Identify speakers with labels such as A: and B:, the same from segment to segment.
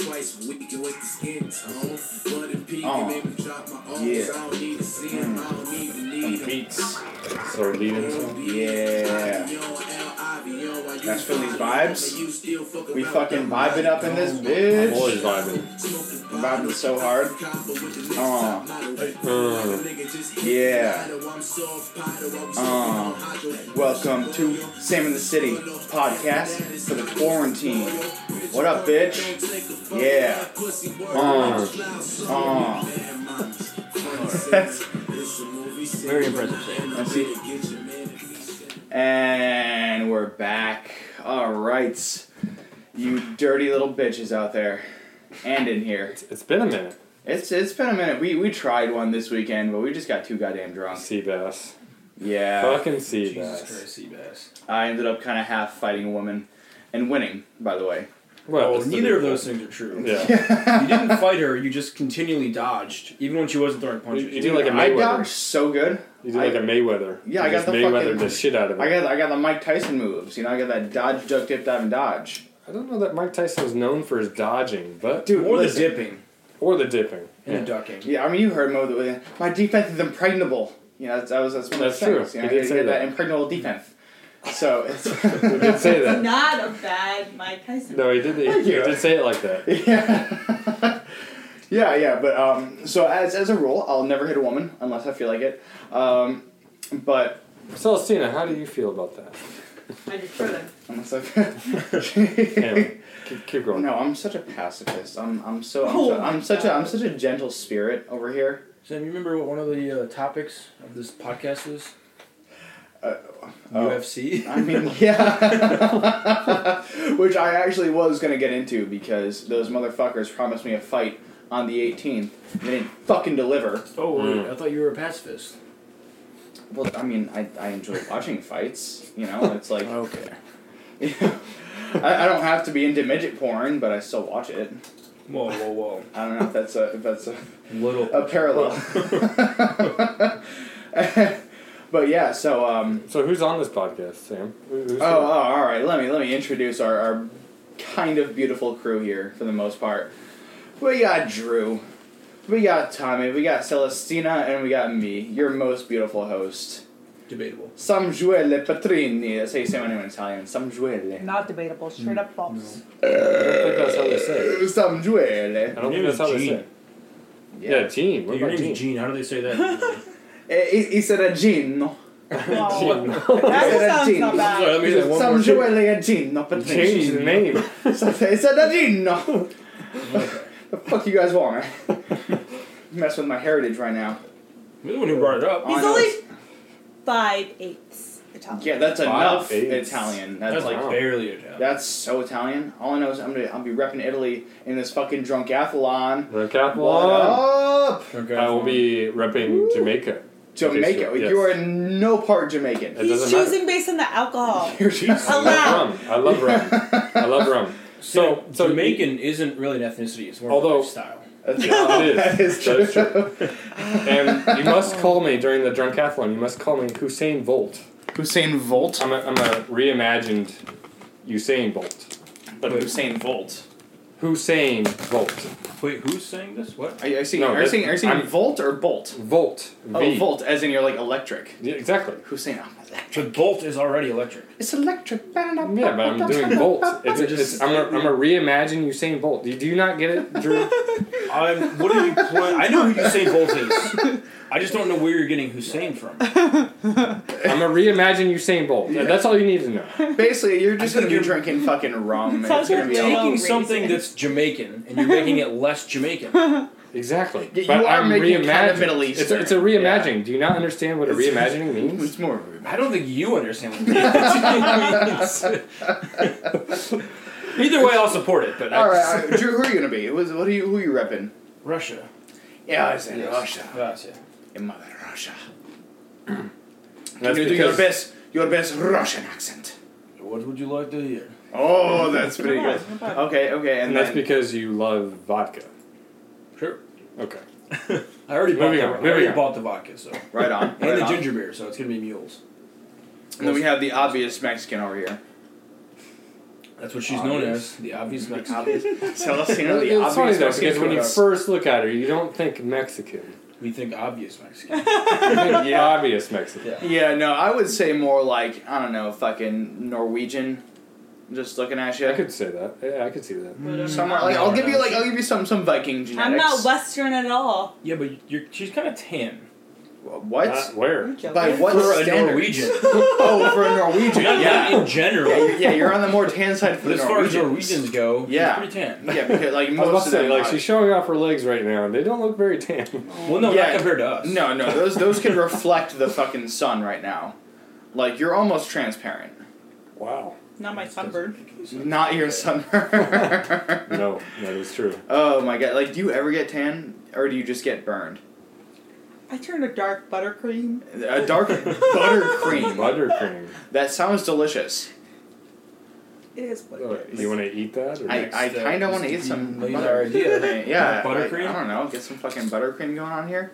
A: Twice a week and with the skin tone. Blood and peak
B: Oh.
A: and maybe drop my own.
B: Yeah.
A: I
B: Mm.
A: don't need to see him. I don't need to need him.
C: Beats. So leading
B: Yeah. That's Philly's vibes. We fucking vibing up in this
C: I'm
B: bitch.
C: always vibing.
B: Vibing so hard. Mm.
A: Uh,
B: Oh, Yeah. Oh. Uh, Welcome to Sam in the City podcast for the quarantine. What up, bitch? Yeah.
C: Uh,
B: Uh,
C: very impressive. Sam.
B: let's see. And we're back. All right. You dirty little bitches out there. And in here.
C: It's been a minute.
B: It's it's been a minute. We we tried one this weekend, but we just got too goddamn drunk.
C: Sea bass.
B: Yeah.
C: Fucking sea
D: Jesus
C: bass.
D: Christ, sea bass.
B: I ended up kind of half fighting a woman and winning, by the way.
C: Well,
D: Oh,
C: it's the-
D: neither of those things are true.
C: Yeah.
D: you didn't fight her. You just continually dodged, even when she wasn't throwing punches.
C: You- you do like a
B: I
C: Mayweather.
B: dodged so good.
C: You did like a Mayweather.
B: Yeah,
C: you
B: I got
C: just
B: the
C: Mayweather
B: fucking-
C: the shit out of it.
B: I got I got the Mike Tyson moves. You know, I got that dodge, duck, dip, dive, and dodge.
C: I don't know that Mike Tyson was known for his dodging, but
B: Dude,
D: or the
B: listen.
D: dipping
C: or the dipping.
D: and
C: Yeah.
D: the ducking.
B: Yeah, I mean, you heard Mo. that- My defense is impregnable. You know, that's, that was that's one
C: That's
B: of the things.
C: true.
B: You know,
C: He did
B: you
C: say
B: get
C: that.
B: impregnable defense. So it's
C: he did say
E: It's
C: that.
E: not a bad Mike Tyson.
C: No, he did. He,
B: Thank
C: he
B: you.
C: did say it like that.
B: yeah. yeah, yeah, but um, so as, as a rule, I'll never hit a woman unless I feel like it. Um, but
C: Celestina, how do you feel about that?
E: I just threw them.
B: unless I
C: Anyway, keep, keep going.
B: Oh, no, I'm such a pacifist. I'm I'm so I'm,
E: Oh
B: so,
E: my
B: I'm such a
E: God.
B: I'm such a gentle spirit over here.
D: Sam, you remember what one of the uh, topics of this podcast is?
B: Uh,
C: oh.
D: UFC.
B: I mean, yeah. Which I actually was gonna get into because those motherfuckers promised me a fight on the 18th. and They didn't fucking deliver.
D: Oh, wait,
C: Mm.
D: I thought you were a pacifist.
B: Well, I mean, I, I enjoy watching fights. You know, it's like
D: Okay.
B: I, I don't have to be into midget porn, but I still watch it.
D: Whoa, whoa, whoa.
B: I don't know if that's a if that's a,
D: Little.
C: Uh,
B: a parallel. but yeah, so um,
C: So who's on this podcast, Sam? Who- who's
B: oh, oh all right. Let me let me introduce our, our kind of beautiful crew here for the most part. We got Drew, we got Tommy, we got Celestina, and we got me, your most beautiful host.
D: Debatable.
B: Samjuele Patrini. That's how you say my name in Italian. Samjuele.
E: Not debatable. Straight up false.
C: I don't think that's how they say. It. I
B: Uh, Samjuele.
C: don't
D: Your
C: think
D: name
C: that's how
D: is
C: they say. It.
D: Gene.
C: Yeah, Gene. What
D: Your
C: about
D: name's
C: Gene?
D: Gene. How do they say that?
B: Eh, He, he said a Gino.
E: Wow.
C: Gene.
E: That
B: Said a
E: sounds not
B: genius.
D: Sorry, let
E: bad.
D: me hear that one more shit.
B: Samjuele a Gino Patrini.
C: Change the name.
B: So they said that you know. the fuck you guys want, man? Mess with my heritage right now.
D: You're the one who brought it up.
B: I
E: He's
B: know
E: only
B: it's-
E: five eighths Italian.
B: Yeah, that's
C: Five
B: enough
C: eighths.
B: Italian. That's,
D: That's
B: like
D: like
C: Wow.
D: barely Italian.
B: that's so Italian. All I know is I'm gonna I'll be repping Italy in this fucking drunkathlon. What
C: Recathlon.
B: up?
D: Okay,
C: I will
D: fine.
C: be repping Jamaica.
B: Jamaica.
C: sure, yes.
B: You are no part
C: It
B: Jamaican.
E: He's
C: doesn't matter.
E: choosing based on the alcohol.
B: You're just-
C: I
E: Allowed.
C: love rum. I love rum. I love rum. So, so
D: Jamaican isn't really an ethnicity. It's more
C: Although-
D: of a lifestyle.
B: That's,
C: Yeah, it is.
B: that is true.
C: That's And you must call me during the drunkathlon. You must call me Hussein Volt.
B: Hussein Volt.
C: I'm a, I'm a reimagined Usain Bolt.
B: But Hussein Volt.
C: Hussein Volt.
D: Wait, who's saying this? What?
B: Are you, are you saying,
C: No,
B: are you
C: that-
B: saying, are you saying
C: I'm-
B: Volt or Bolt?
C: Volt. V.
B: Oh, Volt, as in you're like electric.
C: Yeah, exactly.
B: Hussein, I'm electric.
D: The Bolt is already electric.
B: It's electric. Yeah,
C: Yeah, but I'm doing Bolt. It's,
D: You're just-
C: it's, I'm, a, I'm a reimagined Usain Bolt. Do you, do you not get it, Drew?
D: I'm, what are you playing? I know who Usain Bolt is. I just don't know where you're getting Hussein from.
C: I'm a reimagined Usain Bolt. Yeah, That's all you need to know.
B: Basically, you're just
D: I
B: gonna
D: think
B: be
D: you're-
B: drinking fucking rum. and it's
E: Sounds
B: gonna be
E: like
B: all-
E: Jake.
D: Taking
E: racist.
D: something that's Jamaican and you're making it less Jamaican.
C: Exactly.
B: Yeah, you
C: but
B: are
C: I'm
B: making it kind of
C: reimagined.
B: Middle
C: It's a,
B: Eastern.
C: it's a reimagining. Do you not understand what a
B: It's-
C: reimagining means?
B: It's more.
D: I don't think you understand what it means. Either way, I'll support it. But
B: All
D: I just-
B: right, all right, Drew, who are you gonna be? Who's, what are you? Who are you repping?
D: Russia.
B: Yeah, I said
D: Yes.
B: Russia.
D: Russia.
B: In mother Russia.
C: That's
B: you do your
C: because-
B: best, your best Russian accent.
D: What would you like to hear?
B: Oh, that's pretty
E: Yeah,
B: good.
E: it's not bad.
B: Okay, okay, and,
C: And that's
B: then,
C: because you love vodka.
D: Sure.
C: Okay.
D: I already bought
C: Moving
D: the,
C: on,
D: I already
C: moving on.
D: bought the vodka, so and
B: right on. right
D: the
B: on.
D: ginger beer, so it's gonna be mules.
B: And then we have the obvious Mexican over here.
D: That's what she's known
B: Obvious.
D: as, the obvious Mexican.
B: Obvious. Celestina, the
C: It's funny
B: obvious
C: though, because
B: Mexican
C: when you
B: cook.
C: first look at her, you don't think Mexican.
D: We think obvious Mexican.
C: You think obvious Mexican.
D: Yeah.
B: Yeah, no, I would say more like I don't know, fucking Norwegian. Just looking at you,
C: I could say that. Yeah, I could see that.
B: Oh. somewhere like I'll give you like I'll give you some some Viking genetics.
E: I'm not Western at all.
D: Yeah, but you're, she's kind of tan.
B: What?
C: Not where?
E: I'm joking.
B: By what
D: For a
B: standards?
D: Norwegian.
B: oh, for a Norwegian.
D: Not
B: Yeah.
D: in general.
B: yeah, you're- yeah, you're on the more tan side for
D: But
B: the
D: as far as
B: Norwegians.
D: Norwegians go,
B: Yeah.
D: she's pretty tan.
B: Yeah, because like
C: I was about
B: most
C: to
B: of
C: say,
B: them,
C: like
B: are-
C: she's showing off her legs right now, and they don't look very tan.
D: Well, no,
B: Yeah.
D: not compared to us.
B: no, no, those those could reflect the fucking sun right now. Like you're almost transparent.
C: Wow.
E: Not my sunburn.
B: Not your sunburn.
C: No, that is true.
B: oh my god! Like, do you ever get tan, or do you just get burned?
E: I turned a dark buttercream.
B: A dark buttercream.
C: Buttercream.
B: That sounds delicious.
E: It is what it is.
C: You want to eat that? Or
B: I, I
D: Next, uh,
B: kind of want to
D: Mr.
B: eat
D: Bean
B: some
D: laser
B: butter.
D: idea.
B: yeah,
D: Buttercream?
B: I, I don't know. Get some fucking buttercream going on here.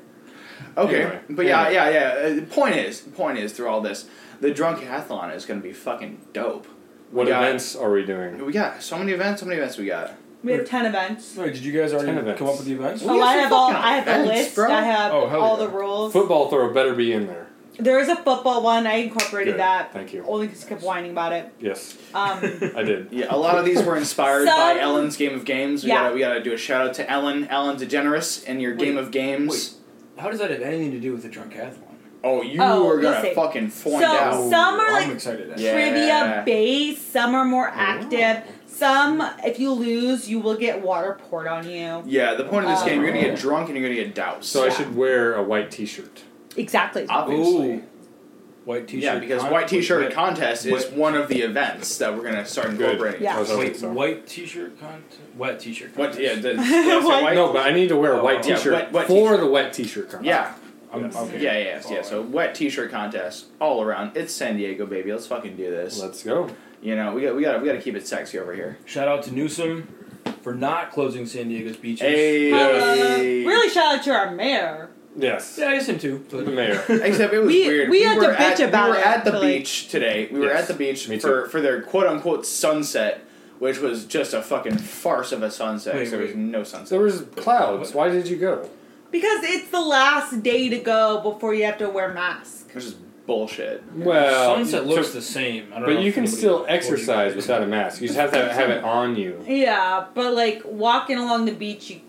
B: Okay,
C: Anyway,
B: but yeah, yeah, yeah. Uh, point is, point is, through all this, the drunkathlon is going to be fucking dope.
C: what
B: Yeah.
C: events are we doing?
B: We got so many events. So many events we got.
E: We have ten events.
D: Wait, did you guys already
C: Ten
D: come
C: events.
D: up with the events?
B: Oh. We
E: oh,
B: have
E: I
B: some
E: have all.
B: fucking
E: I have the
B: events,
E: list.
B: bro.
E: I have
D: Oh, hell
E: all
D: yeah.
E: the rules.
C: Football throw better be in there.
E: There is a football one. I incorporated
C: Good.
E: that
C: Thank you.
E: only because I kept whining about it.
C: Yes,
E: Um,
C: I did.
B: Yeah, a lot of these were inspired
E: Some-
B: by Ellen's Game of Games. We
E: Yeah.
B: gotta we gotta do a shout out to Ellen, Ellen DeGeneres, and your
D: Wait,
B: Game of Games.
D: How does that have anything to do with the drunkathlon?
B: Oh, you
E: Oh,
B: are
E: you'll
B: gonna
E: see.
B: fucking
E: so
B: find out.
E: some are
D: I'm
E: like
D: excited. At.
B: Yeah.
E: trivia based. Some are more active. Some, if you lose, you will get water poured on you.
B: Yeah, the point of this
E: Um,
B: game, you're gonna get drunk and you're gonna get doused.
C: So I should wear a white T-shirt.
E: Exactly.
B: obviously.
D: Ooh. White t-shirt.
B: Yeah, because
D: con-
B: white T-shirt
D: wait,
B: contest is
D: wet-
B: one of the events that we're gonna start
C: Good.
B: incorporating.
E: Yeah.
C: I was
D: Wait,
C: hoping
D: wait,
C: so.
D: white t-shirt contest. Wet t-shirt.
B: What? Yeah.
D: contest.
B: The, yeah, so
E: What?
B: white-
C: No, but I need to wear a white
D: Oh, yeah,
C: T-shirt
B: wet- wet
C: for
B: t-shirt.
C: the wet T-shirt contest.
B: Yeah.
D: I'm-
C: Yes.
D: okay.
B: Yeah. Yes. Yeah.
D: Alright.
B: So wet T-shirt contest all around. It's San Diego, baby. Let's fucking do this.
C: Let's go.
B: you know, we got we got we got to keep it sexy over here.
D: Shout out to Newsom for not closing San Diego's beaches.
B: Hey.
E: Uh, really shout out to our mayor.
C: Yes.
D: Yeah, I guess him too.
C: The
D: But
C: mayor.
B: Except it was
E: We-
B: weird.
E: we had
B: were
E: to
B: at,
E: bitch about
B: We were
E: it,
B: at the
E: but, like-
B: beach today. We were
C: Yes.
B: at the beach
C: Me too.
B: for for their quote unquote sunset, which was just a fucking farce of a sunset. 'cause
D: Wait,
B: there
D: wait.
B: was no
C: There
B: sunset.
C: was clouds. Why did you go?
E: Because it's the last day to go before you have to wear mask.
B: Which is bullshit.
C: Well,
D: sunset
C: you
D: looks
C: took-
D: the same. I don't know
C: uh, But you
D: if
C: can
D: anybody
C: still
D: told you
C: exercise
D: guys.
C: without a mask. You just have to have it on you.
E: Yeah, but like walking along the beach, you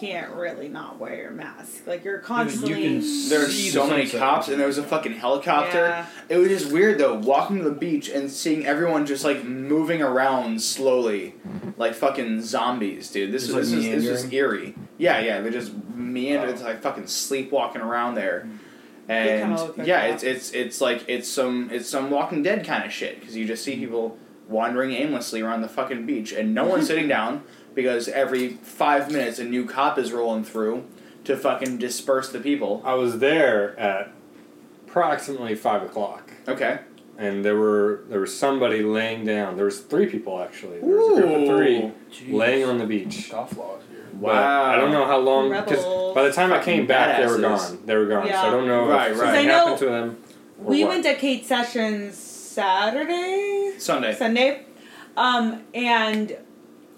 E: can't really not wear your mask. Like you're
D: You
E: constantly.
D: can
B: There were
D: see
B: so
D: the
B: many
D: sunset.
B: cops, and there was a fucking helicopter.
E: Yeah.
B: It was just weird though, walking to the beach and seeing everyone just like moving around slowly, like fucking zombies, dude. This
D: Just,
B: is
D: like,
B: this is this is
D: meandering?
B: eerie. Yeah, yeah, they just meander.
D: Wow. Mm.
B: It's like fucking sleepwalking around there,
E: They kinda
B: and
E: look like
B: yeah,
E: that.
B: it's it's it's like it's some it's some Walking Dead kind of shit because you just
D: Mm.
B: see people wandering aimlessly around the fucking beach and no one's sitting down because every five minutes a new cop is rolling through to fucking disperse the people.
C: I was there at approximately five o'clock,
B: Okay.
C: and there were there was somebody laying down. There was three people actually. There was a group of three
D: Jeez.
C: laying on the beach.
D: Scoff laws here.
C: But I don't know how long. 'cause
E: Rebels.
C: by the time I came back, they were
B: Badasses.
C: gone. They were gone. So I
E: Yeah.
C: don't know
B: Right,
C: if
B: right. 'Cause I
C: something
E: know-
C: happened to them. or
E: we
C: what.
E: went to Kate Sessions Saturday,
B: Sunday.
E: Sunday, um, and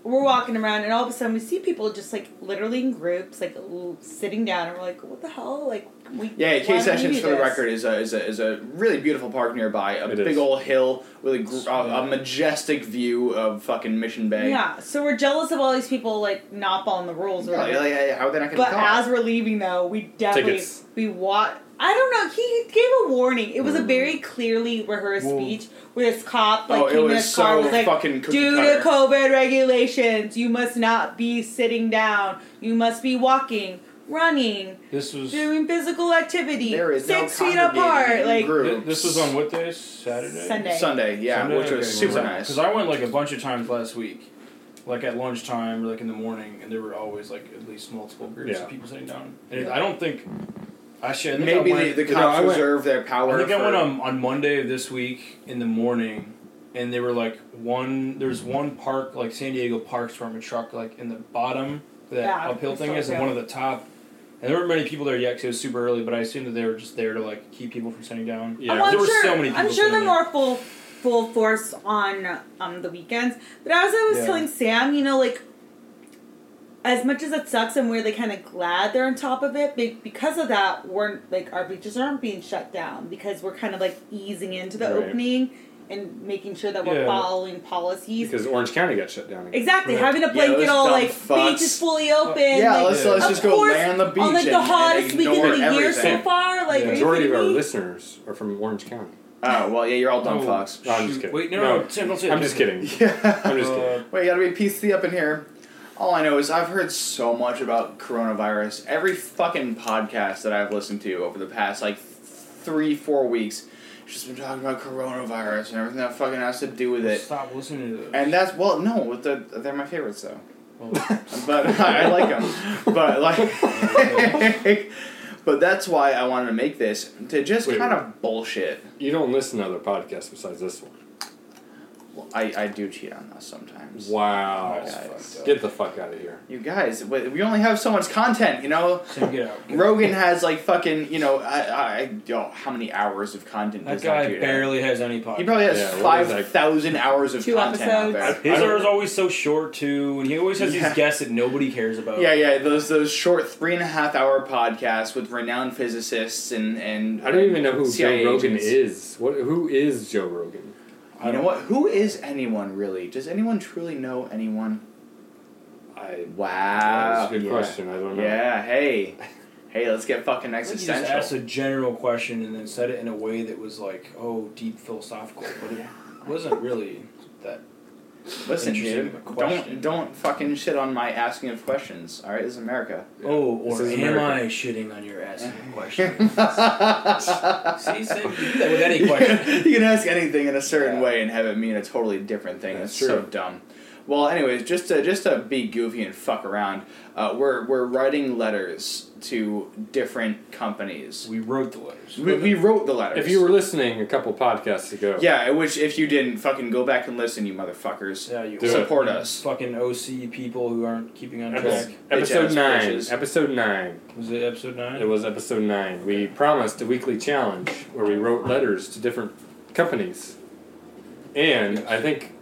E: we're walking around, and all of a sudden we see people just like literally in groups, like l- sitting down, and we're like, "What the hell?" Like we
B: Yeah,
E: why
B: K
E: don't we
B: Sessions,
E: do
B: for the
E: this?
B: record, is a, is a, is a really beautiful park nearby. A
C: It
B: big
C: is.
B: old hill with a, gr- a, a majestic view of fucking Mission Bay.
E: Yeah, so we're jealous of all these people like not following the rules. We're
B: Yeah,
E: like,
B: yeah, yeah, yeah, how are they not gonna
E: But
B: call?
E: as we're leaving, though, we definitely
C: Tickets.
E: we wa I don't know. He gave a warning. It was a very clearly rehearsed
D: Whoa.
E: speech where this cop
B: Mm.
E: like
B: oh,
E: came
B: it
E: in
B: was
E: his
B: so
E: car was like,
B: fucking cookie
E: due
B: cutter.
E: to COVID regulations, you must not be sitting down. You must be walking, running,
D: This was th-
E: doing physical activity,
B: there is
E: six
B: no
E: feet
B: congregating
E: apart.
B: in
E: Like
B: groups.
D: this was on what day? Saturday.
E: Sunday.
B: Sunday, yeah,
D: Sunday?
B: which was
D: Okay,
B: super
D: well,
B: nice.
D: Cause I went like a bunch of times last week, like at lunchtime or like in the morning, and there were always like at least multiple groups
C: Yeah.
D: of people sitting down. And I don't think I should. I think
B: Maybe
D: I went,
B: the, the
C: No,
B: cops
C: I went-
B: reserve their power.
D: I think I
B: for-
D: went on, on Monday of this week in the morning, and they were like one. There's one park like San Diego parks where I'm a truck like in the bottom that
E: Yeah,
D: uphill
E: it's
D: thing
E: so
D: is, and
E: good.
D: one at the top. And there weren't many people there yet because it was super early, but I assume that they were just there to like keep people from sitting down.
C: Yeah.
E: Oh, I'm
D: there were
E: sure,
D: so many people
E: I'm sure
D: sitting
E: they're
D: there.
E: more full full force on um, the weekends. But as I was
D: Yeah.
E: telling Sam, you know, like as much as it sucks, I'm weirdly kind of glad they're on top of it. Be- because of that, we're like our beaches aren't being shut down because we're kind of like easing into the
C: Right.
E: opening and making sure that we're
D: Yeah.
E: following policies.
C: because Orange County got shut down. Again.
E: Exactly,
D: Right.
E: having a
B: Yeah,
E: blanket
B: those
E: all
B: dumb
E: like
B: fucks. Uh,
E: beach is fully open.
B: yeah,
E: like,
B: let's,
D: Yeah.
B: let's
E: of
B: just go
E: course,
B: lay on the beach
E: on like
B: and,
E: the hottest
B: and
E: weekend
B: ignore
E: of the year so
B: everything.
E: far. Like,
D: Yeah.
E: are
C: The
E: you
C: majority of
E: kidding
C: our
E: me?
C: listeners are from Orange County.
B: Oh well, yeah, you're all dumb
D: Oh,
B: fucks.
C: No, I'm just
D: shoot.
C: kidding.
D: Wait, no,
C: No,
D: Sam, don't say
C: I'm
D: that.
C: just kidding.
B: Yeah.
C: I'm
D: Uh,
C: just kidding.
B: Wait, you gotta be PC up in here. All I know is I've heard so much about coronavirus. Every fucking podcast that I've listened to over the past like three, four weeks, has just been talking about coronavirus and everything that fucking has to do with it.
D: Stop listening to Oh, those.
B: And that's well, no, with the, they're my favorites though.
D: Well,
B: But I, I like them. But like, but that's why I wanted to make this to just
C: Wait,
B: kind of bullshit.
C: You don't listen to other podcasts besides this one.
B: Well, I I do cheat on us sometimes.
C: Wow.
D: that's
B: guys.
D: fucked up.
C: Get the fuck out of here.
B: You guys, we we only have so much content, you know.
D: Sam, get out.
B: Rogan has like fucking, you know, I, I, yo, how many hours of content
D: That
B: does
D: guy
B: dude have?
D: barely has any podcast.
B: He probably has
C: Yeah, what is that?
B: five thousand hours of
E: Two
B: content out
E: episodes.
D: His
C: I don't-
D: are always so short too, and he always has
B: Yeah.
D: these guests that nobody cares about.
B: there. Yeah, yeah, those those short three and a half hour podcasts with renowned physicists and and
C: I don't even know who
B: CIA
C: Joe Rogan
B: agents.
C: is. What? Who is Joe Rogan?
B: You know what? Who is anyone really? Does anyone truly know anyone?
C: I.
B: Wow,
C: That's a good
B: uh, yeah.
C: question. I don't know.
B: Yeah, hey, hey, let's get fucking
D: I think he just asked
B: existential.
D: a general question and then said it in a way that was like, oh, deep philosophical, but it wasn't really that.
B: Listen,
D: Interesting
B: dude, don't
D: question.
B: don't fucking shit on my asking of questions. All right, this is America.
D: Oh, or
C: This is
D: am
C: America.
D: I shitting on your ass? question. See, Sam, you do that with any
B: you
D: question.
B: can- you can ask anything in a certain
D: Yeah.
B: way and have it mean a totally different thing.
C: That's
B: That's so
C: true.
B: dumb. Well, anyways, just to just to be goofy and fuck around, uh, we're we're writing letters to different companies.
D: We wrote the letters.
B: We, we wrote the letters.
C: If you were listening a couple podcasts ago,
B: yeah, which if you didn't fucking go back and listen, you motherfuckers,
D: yeah, you
C: Do it.
B: support us.
D: Fucking OC people who aren't keeping on
C: Epis-
D: track.
C: episode
B: Bitch-ass
C: nine.
B: bitches.
C: Episode nine.
D: Was it episode nine?
C: It was episode nine. We promised a weekly challenge where we wrote letters to different companies, and I think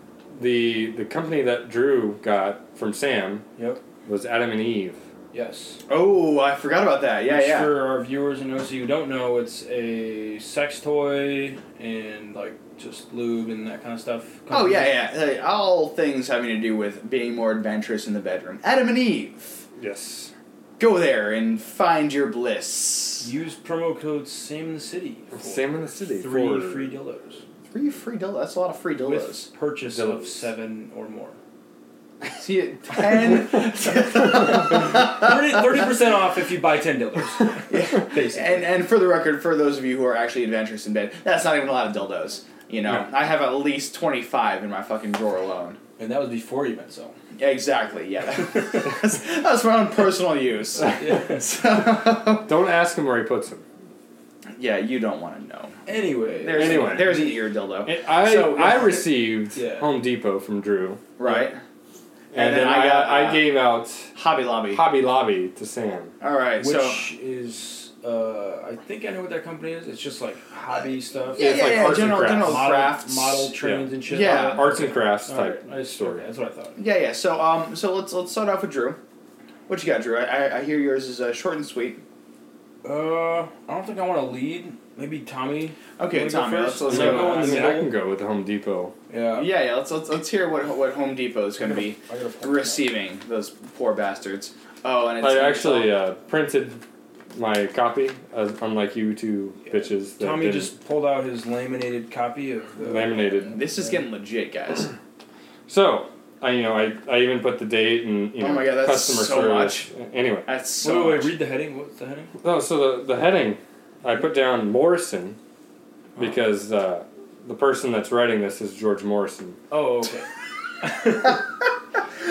C: the the company that Drew got from Sam
D: Yep.
C: was Adam and Eve.
D: Yes.
B: Oh, I forgot about that. Yeah,
D: Which
B: yeah.
D: For our viewers in OC who don't know, it's a sex toy and like just lube and that kind of stuff.
B: Oh yeah, yeah. Hey, all things having to do with being more adventurous in the bedroom. Adam and Eve.
C: Yes.
B: Go there and find your bliss.
D: Use promo code Sam in the City. for
C: Sam in the city.
D: Three
C: for-
D: free dildos.
B: Three free dildos. That's a lot of free dildos.
D: With purchase
C: Dildos.
D: of seven or more.
B: See it ten.
D: 30 percent off if you buy ten dildos.
B: Yeah.
D: Basically.
B: And and for the record, for those of you who are actually adventurous in bed, that's not even a lot of dildos. You know, I have at least twenty five in my fucking drawer alone.
D: and that was before you met so.
B: Exactly. Yeah. that's, that's my own personal use.
D: Yeah.
B: So,
C: Don't ask him where he puts them.
B: yeah, you don't want to know.
D: Anyway.
B: There's
C: Anyway.
B: there's an ear dildo,
C: And I
B: So-
C: I received
D: Yeah.
C: Home Depot from Drew,
B: right?
C: and, then, I got, I
B: uh,
C: gave out
B: Hobby Lobby.
C: Hobby Lobby to Sam.
B: All right,
D: Which
B: so
D: is uh, I think I know what that company is. It's just like hobby stuff.
C: Yeah, it's like arts and
B: general
C: crafts.
B: general
D: model,
B: crafts.
D: model trains and shit.
B: Yeah.
D: like that.
C: Arts and crafts
D: All
C: type
D: right, I just-
C: story.
D: okay, that's what I thought.
B: Yeah, yeah. So um, so let's let's start off with Drew. What you got, Drew? I, I, I hear yours is uh, short and sweet.
D: Uh, I don't think I want to lead. Maybe Tommy.
B: Okay,
D: Wanna go
B: Tommy. Let's,
D: first?
B: let's
D: Wanna
B: go. Uh,
D: go
C: I,
D: in the
C: mean, uh, I
D: middle?
C: can go with the Home Depot.
D: Yeah.
B: Yeah, yeah. Let's let's let's hear what what Home Depot is going to be
D: I gotta pull
B: receiving those poor bastards. Oh, and it's
C: I actually uh, printed my copy, uh, unlike you two bitches. That
D: Tommy
C: didn't-
D: just pulled out his laminated copy of the uh,
C: laminated.
B: This is getting legit, guys.
C: So I, you know, I, I even put the date and you
B: Oh
C: know,
B: my God, that's
C: customer
B: so
C: service. Anyway,
B: That's
D: Wait,
B: so.
D: wait, wait,
B: much.
D: read the heading. What's the heading?
C: no. So the the heading, I put down Morrison, because uh, the person that's writing this is George Morrison.
D: Oh, okay.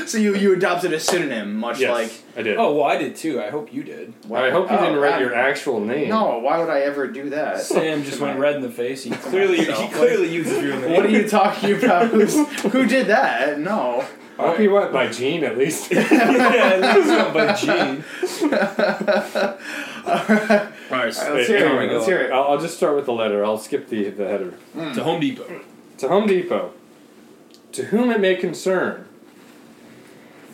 B: So you you adopted a synonym, much
C: yes,
B: like.
C: I did.
D: oh, well, I did too. I hope you did.
C: I hope you
B: Oh,
C: didn't write
B: God.
C: your actual name.
B: No, why would I ever do that?
D: Sam just went red in the face. He clearly, he
B: Myself.
D: clearly used his real name.
B: What are you talking about? Who's, who did that? No.
C: I hope you went by Gene at least.
D: yeah, at least not by Gene.
B: All right, let's hear it.
C: Anyway,
B: Let's hear it.
C: I'll, I'll just start with the letter. I'll skip the the header.
D: To Home Depot.
C: To Home Depot, to whom it may concern,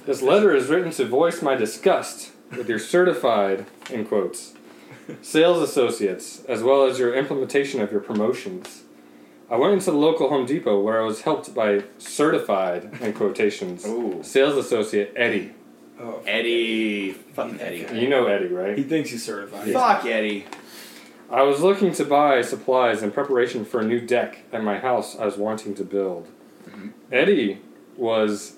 C: this letter is written to voice my disgust with your certified, in quotes, sales associates, as well as your implementation of your promotions. I went into the local Home Depot where I was helped by certified, in quotations,
B: Ooh.
C: sales associate Eddie.
D: Oh,
B: Eddie. Fucking Eddie.
C: You know Eddie, right?
D: he thinks he's certified.
B: Fuck Eddie.
C: I was looking to buy supplies in preparation for a new deck at my house I was wanting to build.
D: Mm-hmm.
C: Eddie was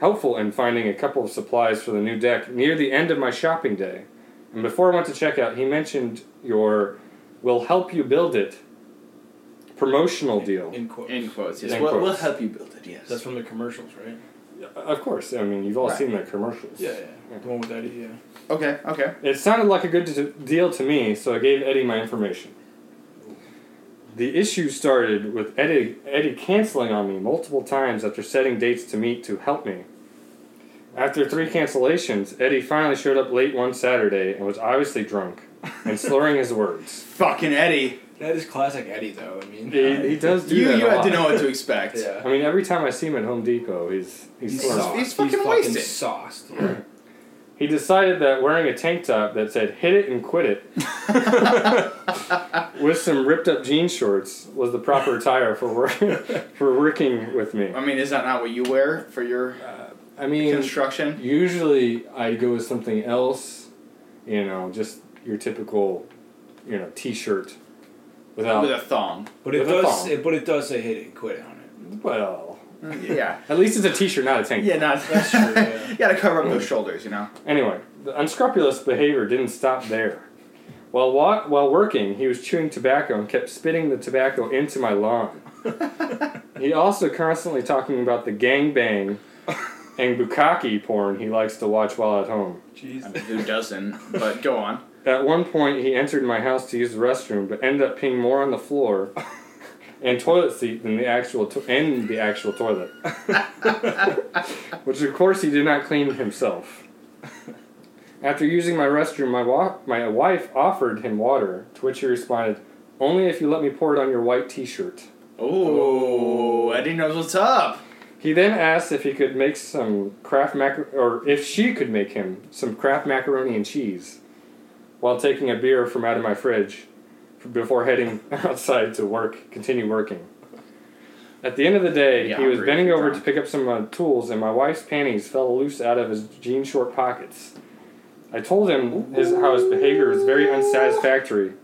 C: helpful in finding a couple of supplies for the new deck near the end of my shopping day. And before I went to checkout, he mentioned your will help you build it promotional deal.
D: In quotes.
B: In quotes. Yes.
C: In
B: we'll,
C: quotes.
B: we'll help you build it. Yes.
D: That's from the commercials, right?
C: Of course, I mean, you've all
B: Right.
C: seen the commercials.
D: Yeah, yeah. The one with Eddie, yeah.
B: okay. Okay.
C: It sounded like a good d- deal to me, so I gave Eddie my information. The issue started with Eddie, Eddie canceling on me multiple times after setting dates to meet to help me. After three cancellations, Eddie finally showed up late one Saturday and was obviously drunk and slurring his words.
B: Fucking Eddie.
D: That is classic Eddie, though. I mean, uh,
C: He, he does do
B: You
C: that.
B: you
C: a
B: had
C: lot.
B: to know what to expect.
D: yeah.
C: I mean, every time I see him at Home Depot, he's he's,
B: He's
C: slurring.
B: soft. fucking wasted.
D: sauced. Yeah.
C: He decided that wearing a tank top that said "Hit it and quit it" with some ripped up jean shorts was the proper attire for work, for working with me.
B: I mean, is that not what you wear for your
C: I mean,
B: construction?
C: usually I go with something else, you know, just your typical, you know, t-shirt without.
B: With a thong.
D: But it
C: With a
D: does.
C: thong.
D: It, but it does say hit it and quit on it.
C: well,
B: yeah.
C: at least it's a t-shirt, not a tank.
B: Yeah. Not.
D: That's true. Yeah.
B: You gotta cover up those shoulders, you know.
C: Anyway, the unscrupulous behavior didn't stop there. While, wa- while working, he was chewing tobacco and kept spitting the tobacco into my lawn. he also constantly talking about the gangbang and bukkake porn he likes to watch while at home.
B: I
D: Jeez.
B: mean, who doesn't? But go on.
C: At one point, he entered my house to use the restroom, but ended up peeing more on the floor and toilet seat than the actual to- and the actual toilet, which of course he did not clean himself. After using my restroom, my wa- my wife offered him water, to which he responded, "Only if you let me pour it on your white T-shirt."
B: Ooh, Eddie knows what's up.
C: He then asked if he could make some Kraft mac or if she could make him some Kraft macaroni and cheese while taking a beer from out of my fridge before heading outside to work, continue working. At the end of the day,
B: Yeah,
C: he was
B: hungry
C: bending
B: if you're
C: over to
B: drunk.
C: pick up some uh, tools, and my wife's panties fell loose out of his jean short pockets. I told him his, how his behavior was very unsatisfactory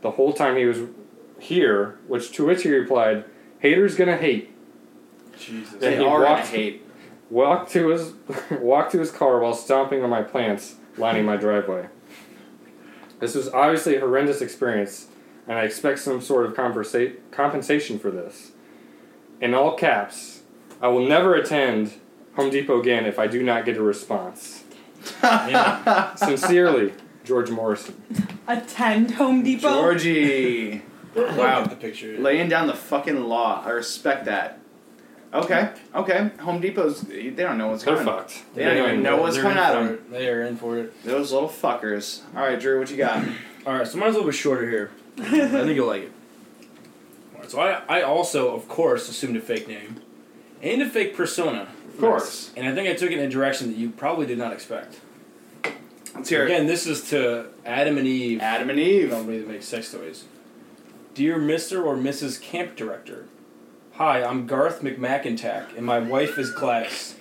C: the whole time he was here, which to which he replied, "Haters gonna hate."
D: Jesus.
C: Then
B: they
C: he
B: are gonna
C: walked-
B: hate.
C: walked to his walked to his car while stomping on my plants lining my driveway. This was obviously a horrendous experience, and I expect some sort of conversa- compensation for this. In all caps, I will never attend Home Depot again if I do not get a response. Sincerely, George Morrison.
E: Attend Home Depot.
B: Georgie,
D: Wow. The picture.
B: laying down the fucking law. I respect that. Okay, okay. Home Depot's. They don't know what's
C: They're
B: going on.
C: fucked.
B: They don't even know what's
D: They're
B: coming
D: in
B: at
D: for
B: them.
D: it. They are in for it.
B: Those little fuckers. All right, Drew, what you got?
D: All right, so mine's a little bit shorter here. I think you'll like it. All right, so I, I also, of course, assumed a fake name and a fake persona,
B: Of course.
D: and I think I took it in a direction that you probably did not expect.
B: Let's hear it.
D: Again, this is to Adam and Eve.
B: Adam and
D: You
B: Eve.
D: don't really make sex toys. Dear Mr. or Mrs. Camp Director, Hi, I'm Garth McMackintack, and my wife is Gladys.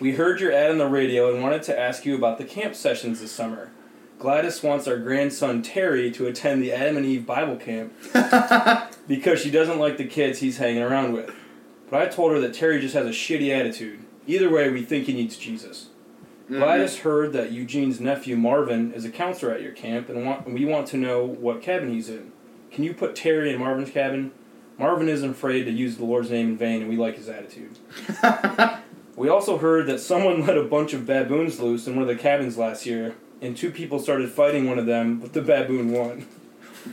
D: We heard your ad on the radio and wanted to ask you about the camp sessions this summer. Gladys wants our grandson Terry to attend the Adam and Eve Bible camp because she doesn't like the kids he's hanging around with. But I told her that Terry just has a shitty attitude. Either way, we think he needs Jesus. Gladys heard that Eugene's nephew Marvin is a counselor at your camp, and want, we want to know what cabin he's in. Can you put Terry in Marvin's cabin? Marvin isn't afraid to use the Lord's name in vain, and we like his attitude. we also heard that someone let a bunch of baboons loose in one of the cabins last year, and two people started fighting one of them, but the baboon won.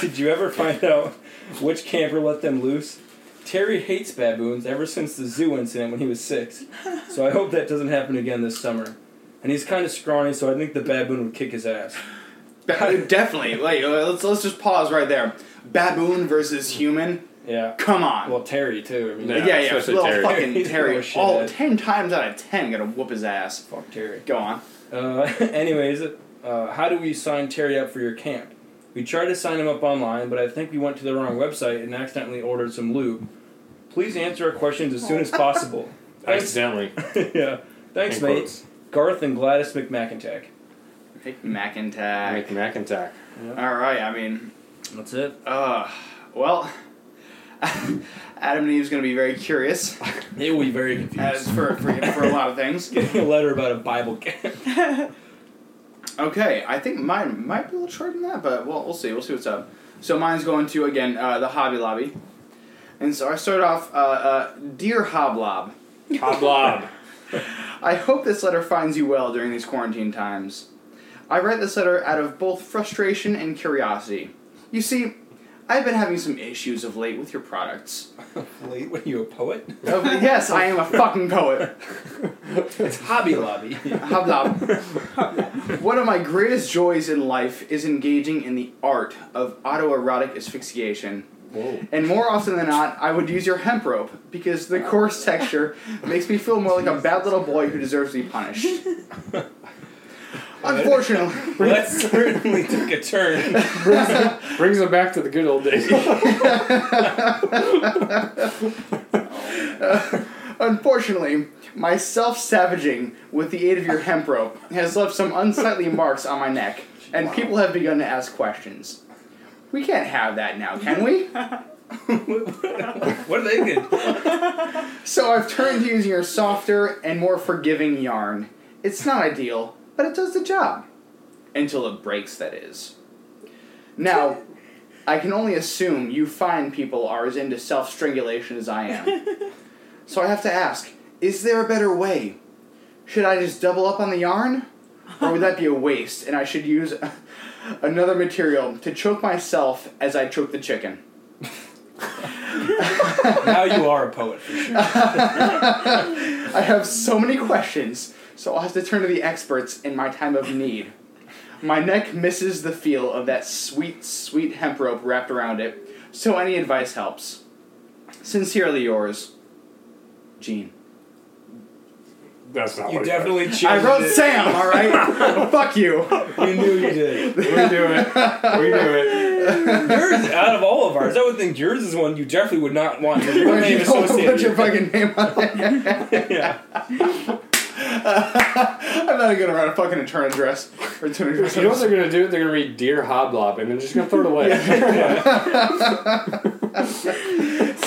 D: Did you ever find out which camper let them loose? Terry hates baboons ever since the zoo incident when he was six. So I hope that doesn't happen again this summer. And he's kind of scrawny, so I think the baboon would kick his ass.
B: Ba- Definitely. Like, uh, let's let's just pause right there. Baboon versus human.
D: Yeah.
B: Come on.
D: Well, Terry too. I mean,
C: Yeah,
B: yeah, yeah,
C: especially
B: little
C: Terry.
B: fucking
D: He's a
B: Terry.
D: little
B: All
D: shithead.
B: ten times out of ten, gonna whoop his ass.
D: fuck Terry.
B: Go on.
D: Uh, anyways, uh, how do we sign Terry up for your camp? We tried to sign him up online, but I think we went to the wrong website and accidentally ordered some lube. Please answer our questions as soon as possible. Thanks.
C: Accidentally.
D: yeah. Thanks,
C: In
D: mate.
C: quotes.
D: Garth and Gladys McMackintack.
B: Pick McIntyre.
C: Mc- McIntyre.
B: All right. I mean,
D: That's it.
B: uh, well, Adam and Eve's gonna be very curious
D: They will be very confused.
B: as for for, for a lot of things.
D: Getting a letter about a Bible camp.
B: Okay, I think mine might be a little shorter than that, but we'll, we'll see. We'll see what's up. So mine's going to, again, uh, the Hobby Lobby. And so I start off, uh, uh, Dear Hoblob,
C: Hoblob.
B: I hope this letter finds you well during these quarantine times. I write this letter out of both frustration and curiosity. You see, I've been having some issues of late with your products.
D: Wait, what are you, a poet?
B: Oh, but yes, I am a fucking poet.
D: It's Hobby Lobby.
B: Hoblob. One of my greatest joys in life is engaging in the art of autoerotic asphyxiation.
C: Whoa.
B: And more often than not, I would use your hemp rope because the coarse texture makes me feel more like a bad little boy who deserves to be punished. Unfortunately,
D: Well, that certainly took a turn.
C: Brings it back to the good old days.
B: unfortunately, my self-savaging with the aid of your hemp rope has left some unsightly marks on my neck, and people have begun to ask questions. We can't have that now, can we?
D: What are they going to
B: So I've turned to using your softer and more forgiving yarn. It's not ideal, but it does the job. Until it breaks, that is. Now, I can only assume you fine people are as into self strangulation as I am. so I have to ask is there a better way? Should I just double up on the yarn? Or would that be a waste and I should use another material to choke myself as I choke the chicken?
D: Now you are a poet for sure.
B: I have so many questions, so I'll have to turn to the experts in my time of need. My neck misses the feel of that sweet, sweet hemp rope wrapped around it, so any advice helps. Sincerely yours, Gene.
C: That's not
D: You
C: what
D: definitely changed
B: I wrote
D: it.
B: Sam, alright? Fuck you.
D: You knew you did.
C: We do it. We do it.
D: yours, out of all of ours, I would think yours is one you definitely would not want your
B: Why don't
D: name
B: you put
D: associated
B: your
D: with.
B: fucking name on it.
D: Yeah.
B: I'm not gonna run a fucking attorney dress. Or attorney dress.
C: You know what they're gonna do? They're gonna read Dear Hoblob and they're just gonna throw it away.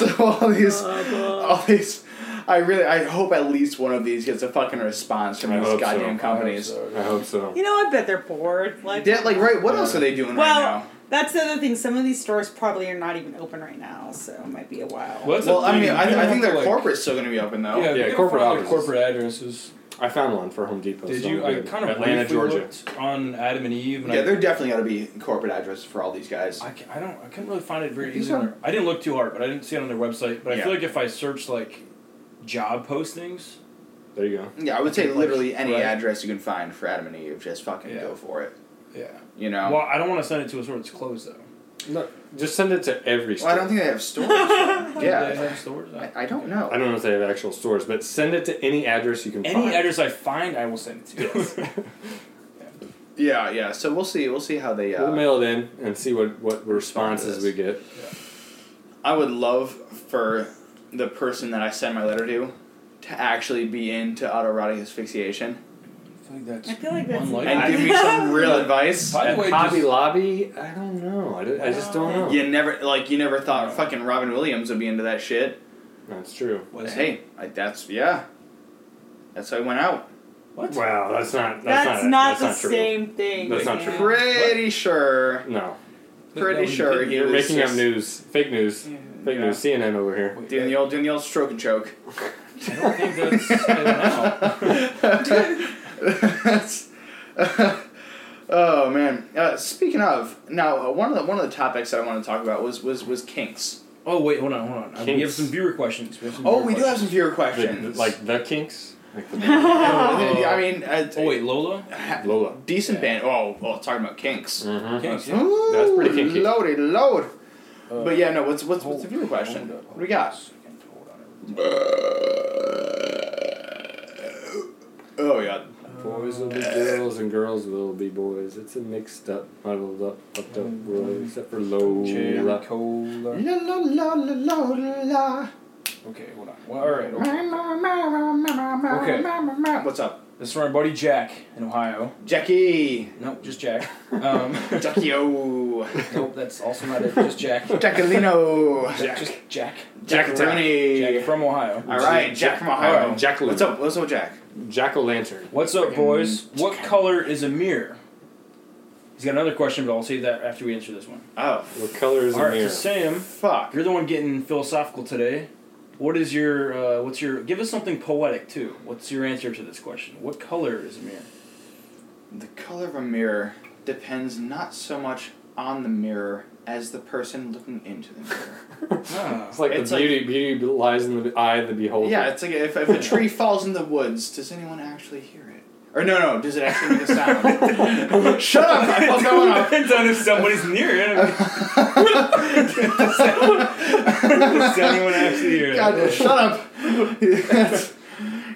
B: So all these, all these, I really, I hope at least one of these gets a fucking response from
C: I
B: these
C: hope so. I
B: goddamn
C: hope
B: companies.
C: I hope so.
E: You know, I bet they're bored. Like,
B: Yeah, like right. What else are they doing right
E: well,
B: now?
E: that's the other thing. Some of these stores probably are not even open right now, so it might be a while.
D: What's
B: Well,
D: the
B: I
D: thing?
B: mean,
D: You
B: I, th-
D: don't
B: I
D: have
B: think
D: to,
B: their
D: like-
B: corporte's still going to be open though.
D: Yeah,
C: Yeah,
D: you
C: corporate
D: gotta find
C: offices.
D: corporate addresses.
C: I found one for Home Depot.
D: Did
C: so
D: you?
C: I'm
D: I
C: good.
D: kind of
C: Atlanta,
D: briefly
C: Georgia.
D: looked on Adam and Eve, and
B: yeah,
D: I-
B: there definitely got to be corporate addresses for all these guys.
D: I, ca- I don't I couldn't really find it very
B: These
D: easily. on
B: are-
D: their- I didn't look too hard, but I didn't see it on their website. But I
B: Yeah.
D: feel like if I search like job postings,
C: There you go.
B: Yeah, I would say
D: Right.
B: literally any
D: Right.
B: address you can find for Adam and Eve, just fucking
D: Yeah.
B: go for it.
D: yeah.
B: You know.
D: Well, I don't want to send it to a store that's closed though.
C: No, just send it to every
B: Well,
C: store.
B: I don't think they have stores.
D: Do they
B: yeah,
D: have stores?
B: I, I don't know.
C: I don't know if they have actual stores, but send it to any address you can
D: Any
C: find.
D: address I find, I will send it to.
B: Yeah, yeah. So we'll see. We'll see how they. Uh,
C: We'll mail it in and see what, what
B: Responses.
C: responses we get.
B: I would love for the person that I send my letter to to actually be into autoerotic asphyxiation
D: I feel like that's
E: I feel like that's-
D: unlikely.
B: and give me some real advice.
D: By the
C: At
D: way,
C: Hobby
D: just-
C: Lobby, I don't know. I, di- I just don't know.
B: You never like you never thought fucking Robin Williams would be into that shit.
C: That's true.
D: Was it?
B: hey, I, that's yeah. That's how I went out.
D: What?
C: Wow, that's not that's,
E: that's,
C: not,
E: not,
C: that's not
E: the
C: true.
E: same thing.
C: That's not true.
B: Pretty sure.
C: No,
B: Pretty sure he
C: you're
B: was
C: making up
B: just
C: news, fake news, fake
B: Yeah.
C: news. CNN over here.
D: Wait,
B: Doing the old doing the old stroke and choke.
D: I don't think that's. I don't know.
B: That's- oh man. Uh, speaking of, now uh, one of the one of the topics that I want to talk about was was was kinks.
D: Oh wait, hold on, hold on. Uh, We have
C: Kinks.
D: some viewer questions. We have some
B: Oh,
D: viewer
B: we do have some
D: questions.
B: viewer
C: The-
B: questions.
C: like the Kinks, like the
B: Uh, I mean, uh,
D: Oh wait, Lola.
B: ha-
C: Lola.
B: decent band. Oh, well, talking about kinks.
C: Mm-hmm.
D: Kinks, yeah.
B: Ooh,
C: That's pretty kinky.
B: Loaded, load.
D: Uh,
B: But yeah, no. What's what's what's the
C: Hold-
B: viewer question?
D: Oh.
C: hold up,
B: What do we got?
C: Hold on, everybody.
B: Oh yeah.
C: Boys will be girls and girls will be boys. It's a mixed up, muddled up, fucked up world, except for
D: Cherry
C: Lola.
D: cola.
B: La la la la la la.
D: Okay, hold on. Well, all right. Okay.
B: Okay. What's up,
D: This is from our buddy Jack in Ohio.
B: Jackie?
D: Nope, just Jack. Um,
B: Jackio.
D: nope, that's also not it. Just Jack.
B: Jackalino.
D: Jack. Just Jack. Jack
B: Jackaroni.
D: from Ohio.
B: All right, Jack from Ohio.
C: All right, Jacqueline.
B: What's up? What's up, Jack?
C: Jack o' lantern.
D: What's up, boys? What color is a mirror? He's got another question, but I'll save that after we answer this one.
B: Oh
C: What color is
D: All
C: a
D: right, so
C: mirror?
D: Sam,
B: fuck.
D: you're the one getting philosophical today. What is your uh, what's your give us something poetic too? What's your answer to this question? What color is a mirror?
B: The color of a mirror depends not so much on the mirror as the person looking into the mirror.
D: Ah,
C: It's like
B: It's
C: the
B: like-
C: beauty beauty lies in the eye of the beholder.
B: Yeah, it's like if, if a tree falls in the woods, does anyone actually hear it? Or no, no, does it actually make a sound? Shut up! I was going off.
D: Depends on if somebody's near it. Does anyone actually hear it?
B: God, shut up! That's-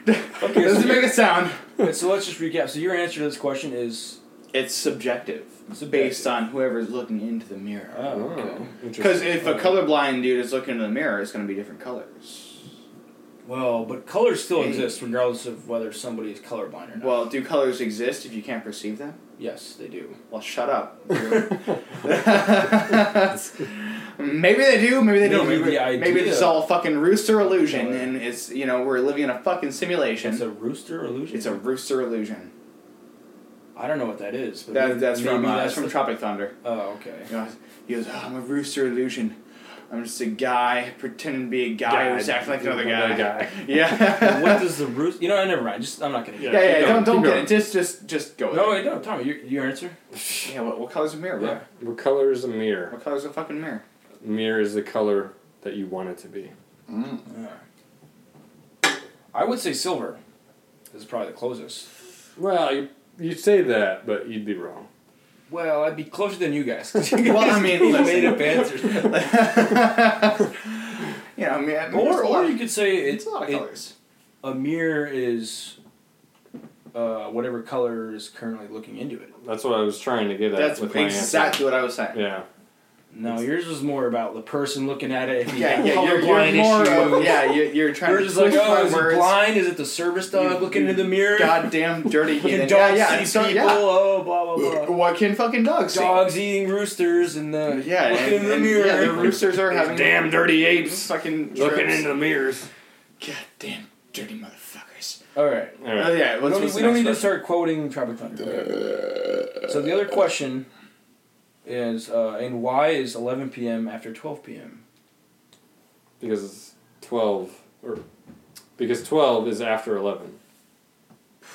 B: does it make a sound?
D: Okay, so let's just recap. So your answer to this question is
B: It's subjective. It's
D: Subjective.
B: based on whoever's looking into the mirror.
D: oh,
C: Oh,
D: okay.
B: Because
C: interesting.
B: if a colorblind dude is looking in the mirror, it's going to be different colors.
D: Well, but colors still
B: Hey.
D: exist regardless of whether somebody is colorblind or not.
B: Well, do colors exist if you can't perceive them?
D: yes, they do.
B: Well, shut up. maybe they do, maybe they don't.
D: Maybe
B: Maybe,
D: the
B: maybe this is
D: idea-
B: all fucking rooster illusion,
D: Color.
B: and it's you know we're living in a fucking simulation.
D: It's a rooster illusion.
B: It's a rooster illusion.
D: I don't know what that is. But
B: That,
D: maybe-
B: that's from
D: maybe
B: uh, that's
D: that's
B: from
D: the-
B: Tropic Thunder.
D: Oh, okay.
B: He goes, he goes, "Oh, I'm a rooster illusion. I'm just a guy pretending to be a guy who's acting like another guy. Yeah.
D: And what does the rooster? You know, I never mind. Just I'm not gonna.
B: yeah,
D: Get
B: yeah.
C: Keep going,
B: don't don't
C: keep
B: get
C: going.
B: it. Just just just go.
D: it.
B: With
D: No,
B: it.
D: wait, no, Tommy, your, your answer.
B: Yeah. What, what color's a mirror? bro?
D: Yeah.
C: What color is a mirror?
B: What color's a fucking mirror?
C: Mirror is the color that you want it to be.
D: I would say silver. Is probably the closest.
C: Well, you you say that, but you'd be wrong.
D: Well, I'd be closer than you guys.
B: Well, I mean,
D: You
B: listen.
D: made up answers.
B: You know, I mean, I mean, there's
D: or,
B: a lot-
D: or you could say
B: it's
D: it's
B: a lot of
D: it-
B: colors.
D: a mirror is uh, whatever color is currently looking into it.
C: That's what I was trying to get at
B: That's
C: with
B: exactly what I was saying.
C: my answer. Yeah.
D: No, yours was more about the person looking at it. If you
B: Yeah,
D: have
B: yeah, you're, you're
D: colorblind
B: more
D: issues.
B: of, yeah, you're, you're trying
D: You're
B: to
D: just like,
B: twist my
D: oh, is it
B: words.
D: blind? Is it the service dog looking into the mirror?
B: Goddamn dirty heathen.
D: Fucking dogs
B: Yeah, yeah,
D: see
B: so,
D: people.
B: yeah.
D: Oh, blah blah blah.
B: What can fucking dogs see?
D: Dogs eating roosters and the
B: Yeah,
D: looking
B: and,
D: in the
B: and-
D: mirror.
B: yeah, the roosters are having
C: dirty
B: fucking trips.
C: the mirrors.
B: Goddamn dirty motherfuckers.
D: All right.
C: All
B: Oh
C: right.
B: yeah,
D: We
B: what's,
D: don't,
B: what's the next
D: we don't need to
B: question? Uh,
D: start quoting Tropic Thunder. Okay. So the other question is, uh, and why is 11 p.m. after 12 p.m.?
C: Because it's twelve, or because twelve is after eleven.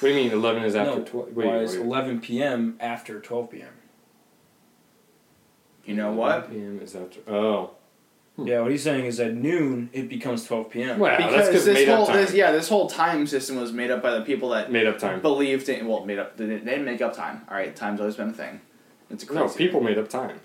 C: What do you mean eleven is after
D: no,
C: twelve?
D: why is 11 p.m. after 12 p.m.?
B: You know what?
C: PM is after. Oh,
B: Hmm.
D: Yeah, what he's saying is at noon it becomes 12 p.m.
C: Well, Oh, that's
B: Because
C: made
B: this whole
C: up time.
B: this yeah, this whole time system was made up by the people that
C: Made up time.
B: believed in well, made up they didn't they didn't make up time. Alright, time's always been a thing. It's crazy.
C: No, people made up time.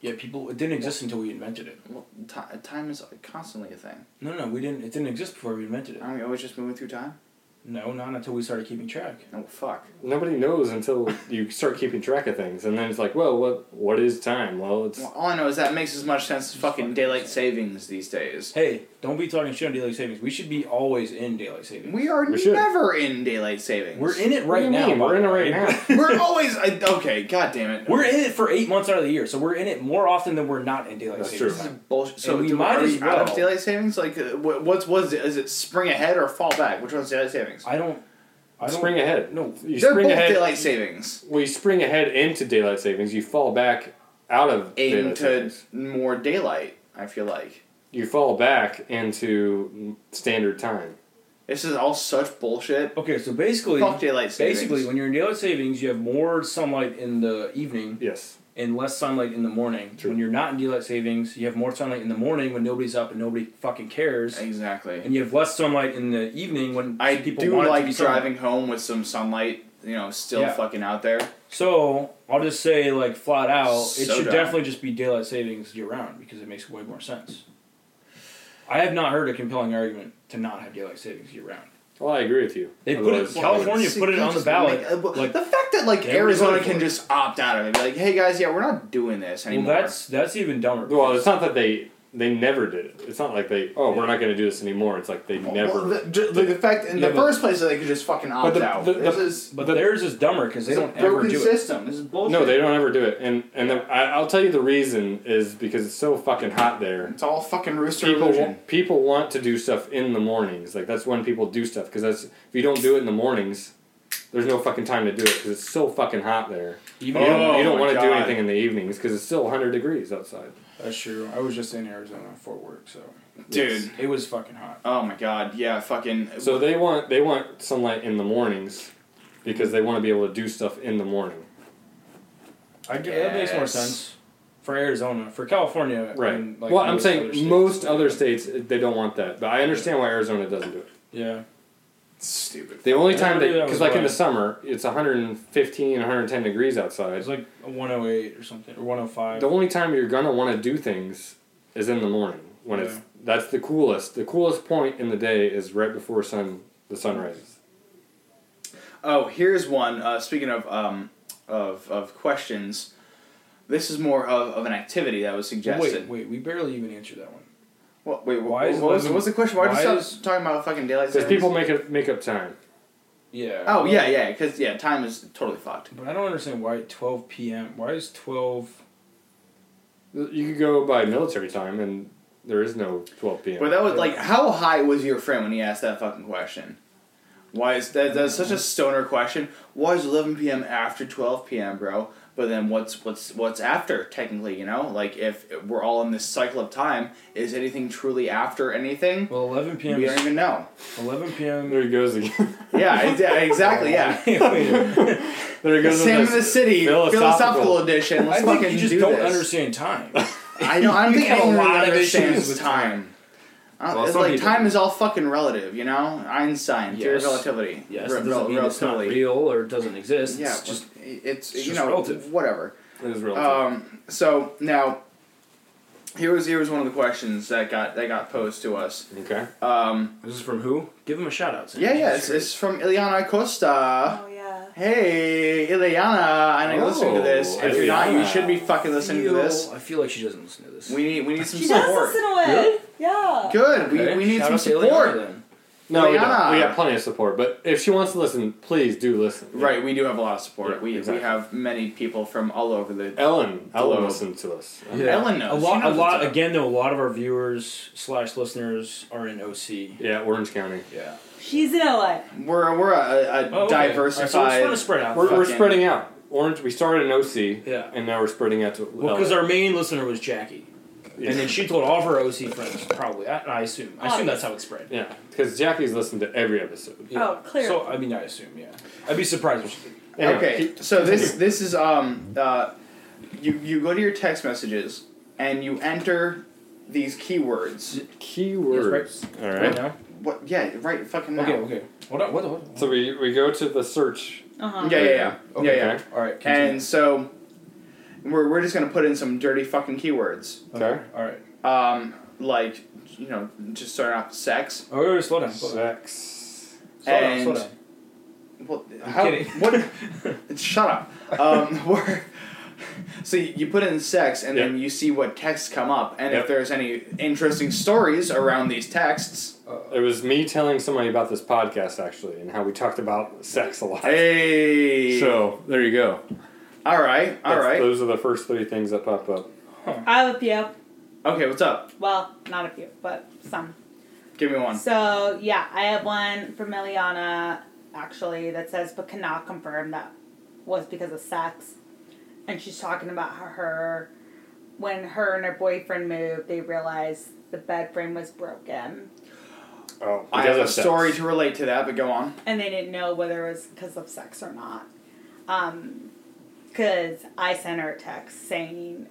D: Yeah, people. It didn't exist until we invented it.
B: well, ti time is constantly a thing.
D: No, no, we didn't. It didn't exist before we invented it.
B: Aren't we always just moving through time?
D: No, not until we started keeping track.
B: Oh fuck.
C: Nobody knows until you start keeping track of things, and then it's like, well, what what is time? Well, it's
B: Well, all I know is that makes as much sense as fucking daylight savings these days.
D: Hey, don't be talking shit on daylight savings. We should be always in daylight savings.
B: We are
C: We should.
B: never in daylight savings.
D: We're in it
C: What do
D: right
C: you
D: now.
C: mean?
D: by
C: We're in it
D: the way.
C: right now.
B: We're always I, okay. God damn it.
D: We're in it for eight months out of the year, so we're in it more often than we're not in daylight
C: That's
D: savings
C: true.
D: time.
B: bullshit. So
D: And we
B: do-
D: might
B: are
D: as
B: we out of
D: well.
B: daylight savings? Like, uh, what, what's was it? Is it spring ahead or fall back? Which one's daylight savings?
D: I don't. I don't.
C: spring ahead.
D: No.
C: you
B: They're
C: spring
B: both
C: ahead.
B: daylight savings
C: Well, you spring ahead into daylight savings. You fall back out of daylight
B: into
C: savings.
B: more daylight. I feel like
C: You fall back into standard time.
B: this is all such bullshit.
D: Okay, so basically,
B: Fuck daylight savings.
D: basically, when you're in daylight savings, you have more sunlight in the evening
C: Yes.
D: and less sunlight in the morning.
C: True.
D: When you're not in daylight savings, you have more sunlight in the morning when nobody's up and nobody fucking cares,
B: exactly.
D: and you have less sunlight in the evening when
B: I
D: people
B: do
D: want it to
B: like
D: be sunlight.
B: driving home with some sunlight you know still
D: Yeah.
B: fucking out there.
D: So I'll just say like flat out, it
B: So
D: should
B: dumb.
D: definitely just be daylight savings year round because it makes way more sense. I have not heard a compelling argument to not have daylight savings year round.
C: Well, I agree with you.
D: They put it-
C: Otherwise-
D: California
B: See,
D: put it
B: you
D: on the
B: just
D: ballot,
B: make- uh, well,
D: like,
B: the fact that like
D: they already
B: Arizona
D: voted for
B: can
D: it.
B: just opt out of it, be like, "Hey guys, yeah, we're not doing this
D: Well,
B: anymore."
D: that's that's even dumber.
C: Well, it's not that they they never did it. It's not like they oh we're not going to do this anymore. It's like they
B: Well,
C: never.
B: the, ju- the, the fact in
D: Yeah,
B: the
D: but-
B: first place that they could just fucking opt
C: the-
B: out.
C: the-
B: this
C: the-
B: is
D: but
C: the-
D: theirs is dumber because they
B: it's a
D: don't ever
B: broken
D: do it.
B: system. This is bullshit.
C: no, they don't ever do it. And and the, I, I'll tell you the reason is because it's so fucking hot there.
B: It's all fucking rooster
C: People wa-
B: illusion.
C: people want to do stuff in the mornings. Like that's when people do stuff because that's if you don't do it in the mornings, there's no fucking time to do it because it's so fucking hot there.
D: Even
C: You don't,
B: Oh
C: you don't
B: my
C: want to do
B: God.
C: anything in the evenings because it's still 100 degrees outside.
D: that's true. I was just in Arizona for work, so
B: Dude.
D: it was fucking hot.
B: Oh my god. Yeah, fucking.
C: So they want they want sunlight in the mornings because they want to be able to do stuff in the morning.
D: I get, that makes more
B: Yes.
D: sense for Arizona. For California,
C: Right.
D: and, like,
C: well, I'm
D: most
C: saying
D: other states.
C: most other states uh, they don't want that, but I understand why Arizona doesn't do it.
D: Yeah,
B: It's stupid.
C: The only
D: Yeah,
C: time they
D: maybe that
C: because
D: was
C: like in
D: why.
C: the summer it's 115, 110 degrees
D: it
C: outside.
D: was like a 108 or something, or 105.
C: The only time you're gonna want to do things is in the morning when it's that's the coolest. The coolest point in the day is right before sun the sun rises.
B: Oh, here's one. Uh, speaking of um, of of questions, this is more of, of an activity that was suggested.
D: Wait, wait, we barely even answered that one.
B: What, wait,
D: Why
B: why
D: is
B: what, was,
D: eleven-
B: what was the question? Why,
D: why
B: did you
D: is-
B: stop talking about fucking daylight
C: Because
B: savings?
C: people make up make up time.
D: Yeah.
B: Oh yeah, yeah, because yeah, time is totally fucked.
D: But I don't understand why 12 p.m. Why is 12?
C: You could go by military time and there is no 12 p.m.
B: But that was like, how high was your friend when he asked that fucking question? Why is that? That's such a stoner question. Why is eleven p.m. after twelve p.m., bro? But then what's what's what's after technically? You know, like if we're all in this cycle of time, is anything truly after anything?
D: Well, 11 p.m.
B: We don't
D: Is,
B: even know.
D: 11 p.m.
C: there he goes again.
B: Yeah, ex- exactly. Yeah,
D: Wait,
C: there he
B: the
C: goes. with
B: Sam of the
C: this.
B: City
C: philosophical.
B: philosophical, edition. Let's
D: I think
B: fucking
D: you just
B: do
D: don't
B: this.
D: understand time.
B: I don't. I don't
D: You
B: think
D: have a
B: anyone
D: lot
B: really
D: of issues
B: understands
D: with
B: time. I don't-
C: Well,
B: it's
C: some
B: like
C: people
B: time
C: do.
B: is all fucking relative, you know. Einstein, theory of
F: Yes.
B: relativity.
F: Yes,
B: Re-
F: it doesn't
B: rel-
F: mean it's not
B: relativity.
F: real or it doesn't exist.
B: Yeah,
F: it's
B: but
F: just
B: it's,
F: it's
B: you
F: just
B: know
F: relative.
B: whatever.
C: It is relative.
B: Um, so now, here was here was one of the questions that got that got posed to us.
C: okay.
B: Um,
F: this is from who? Give him a shout out. Sam.
B: yeah, yeah, it's, it's from Ileana Costa.
E: Oh yeah.
B: Hey, Ileana, I know you're listening to this.
C: Oh,
B: If you're not, you
C: Ileana.
B: should be fucking listening to
F: Feel-
B: this.
F: I feel like she doesn't listen to this.
B: We need we need some
E: She does
B: support.
E: listen to it. Yeah.
B: Good. We,
F: Okay,
B: we need
F: shout
B: some
F: out to Ileana
B: support.
F: then.
C: No, we, don't.
B: Rihanna.
C: we got plenty of support, but if she wants to listen, please do listen.
B: Right, we do have a lot of support.
C: Yeah,
B: we,
C: exactly.
B: we have many people from all over the.
C: Ellen, Ellen
B: Hello.
C: listened to us.
D: Yeah.
B: Ellen knows.
D: a
B: She
D: lot, a
B: knows what's
D: lot.
B: up.
D: Again, though, a lot of our viewers slash listeners are in OC.
C: Yeah, Orange County.
D: Yeah.
E: She's in LA.
B: We're we're a, a
D: Oh, okay.
B: diversified.
D: All right, so we're trying to spread out.
C: We're, we're
B: Fucking-
C: spreading out. Orange. We started in OC,
D: Yeah.
C: and now we're spreading out to.
D: Well, because our main listener was Jackie,
C: Yeah.
D: and then she told all of her OC friends. Probably, I, I assume. I assume that's how it spread.
C: yeah, because Jackie's listened to every episode.
D: Yeah.
E: Oh, clear.
D: So I mean, I assume. Yeah. I'd be surprised if she did.
C: Anyway,
B: okay,
C: keep-
B: so this this is um uh, you you go to your text messages and you enter these keywords.
C: keywords. All right.
D: Right now.
B: What? Yeah, right. Fucking now.
D: Okay. Okay. Hold on. What? What?
C: So we, we go to the search.
E: uh huh.
B: Yeah, yeah, yeah,
D: Okay.
B: yeah, yeah.
D: All right. Continue.
B: And so, we're we're just gonna put in some dirty fucking keywords.
C: Okay.
D: All right.
B: Um, like you know, just starting off sex.
D: Oh, wait, wait, slow down. Slow down.
C: Sex.
D: Slow down.
B: and-
D: Slow down.
B: Well,
D: I'm
B: how,
D: kidding.
B: what? Shut up. Um, we're, so you you put in sex, and then you see what texts come up, and
C: Yep.
B: if there's any interesting stories around these texts.
C: It was me telling somebody about this podcast actually, and how we talked about sex a lot.
B: Hey.
C: So there you go.
B: All right. All
C: That's-
B: right.
C: Those are the first three things that pop up.
E: I have a few.
B: Okay. What's up?
E: Well, not a few, but some.
B: Give me one.
E: So yeah, I have one from Eliana actually that says, but cannot confirm that was because of sex, and she's talking about how her when her and her boyfriend moved, they realized the bed frame was broken,
C: Oh,
B: I have a story to relate to that, but go on.
E: and they didn't know whether it was because of sex or not. Um, because I sent her a text saying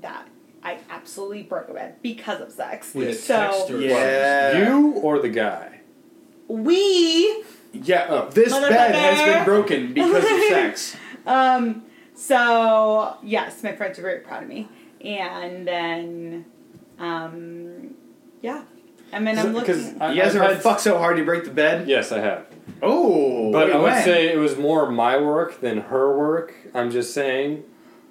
E: that I absolutely broke a bed because of sex.
D: With a
E: so
D: text or-
B: Yeah.
C: You or the guy?
E: we
B: Yeah, oh, this bed has been broken because of sex.
E: Um, so yes, my friends are very proud of me, and then, um, yeah, I mean, I'm
C: Because
E: looking.
C: I-
B: you guys
C: I've
B: ever
C: had-
B: fuck so hard you break the bed?
C: Yes, I have.
B: Oh,
C: But
B: wait,
C: I would
B: when?
C: say it was more my work than her work. I'm just saying,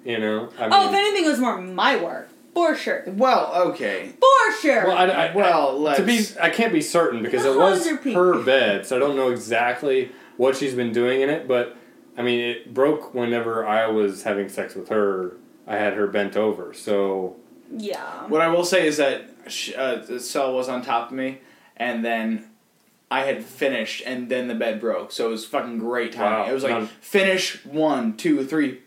C: you know. I mean,
E: Oh, if anything, it was more my work for sure,
B: Well, okay.
E: for sure.
C: well, I, I,
B: well,
C: I,
B: let's.
C: to be, I can't be certain because it
E: How's
C: was
E: your pee?
C: her bed, so I don't know exactly what she's been doing in it. But I mean, it broke whenever I was having sex with her. I had her bent over, so
E: yeah.
B: What I will say is that sh- uh, the cell was on top of me, and then I had finished, and then the bed broke. So it was fucking great timing.
C: Wow.
B: It was like
C: None-
B: finish one, two, three,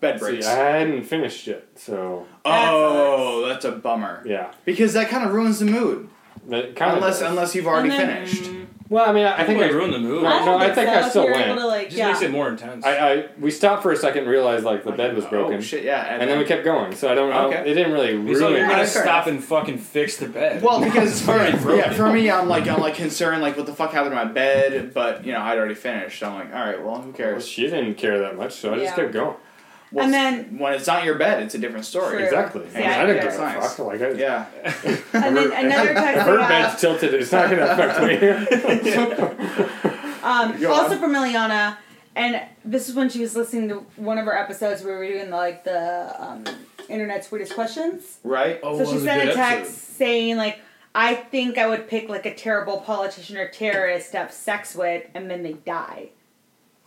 B: bed
C: see,
B: breaks.
C: I hadn't finished yet. So
B: oh, that's a bummer.
C: yeah,
B: Because that kind of ruins the mood,
C: That kind of
B: unless
C: does.
B: unless you've already
E: And then-
B: finished.
C: well, I mean, I, I think I
D: I ruined the move.
E: I
C: Right.
E: don't
C: No, I
E: think
C: think
E: so,
C: I
E: if
C: still
E: you're
C: went.
E: Able to,
D: It
E: like,
D: just
E: yeah.
D: makes it more intense.
C: I, I we stopped for a second, and realized like the bed was broken,
B: Oh shit! Yeah, and,
C: and then we kept going. So I don't know.
B: Okay.
C: It didn't really
D: He's like,
C: ruin.
D: you're gonna
B: That's fair
D: stop and fucking fix the bed.
B: Well, because for,
D: already
B: yeah,
D: broken.
B: for me, I'm like I'm like concerned like what the fuck happened to my bed, but you know I'd already finished. So I'm like, all right, well, who
C: Well,
B: cares?
C: she didn't care that much, so I just
E: Yeah.
C: kept going.
B: Well,
E: And then-
B: when it's not your bed, it's a different story.
E: True.
C: Exactly. I,
E: Yeah,
C: mean, I didn't give
E: that's
C: a
B: nice.
C: fuck. Like I,
B: Yeah.
E: and then another text
C: her
E: I got,
C: bed's tilted. It's not going to affect me.
E: um,
B: Go
E: also
B: on.
E: from Eliana, and this is when she was listening to one of our episodes where we were doing like the um, internet's weirdest questions.
B: Right.
D: oh,
E: so she sent a text saying like, "I think I would pick like a terrible politician or terrorist to have sex with, and then they die."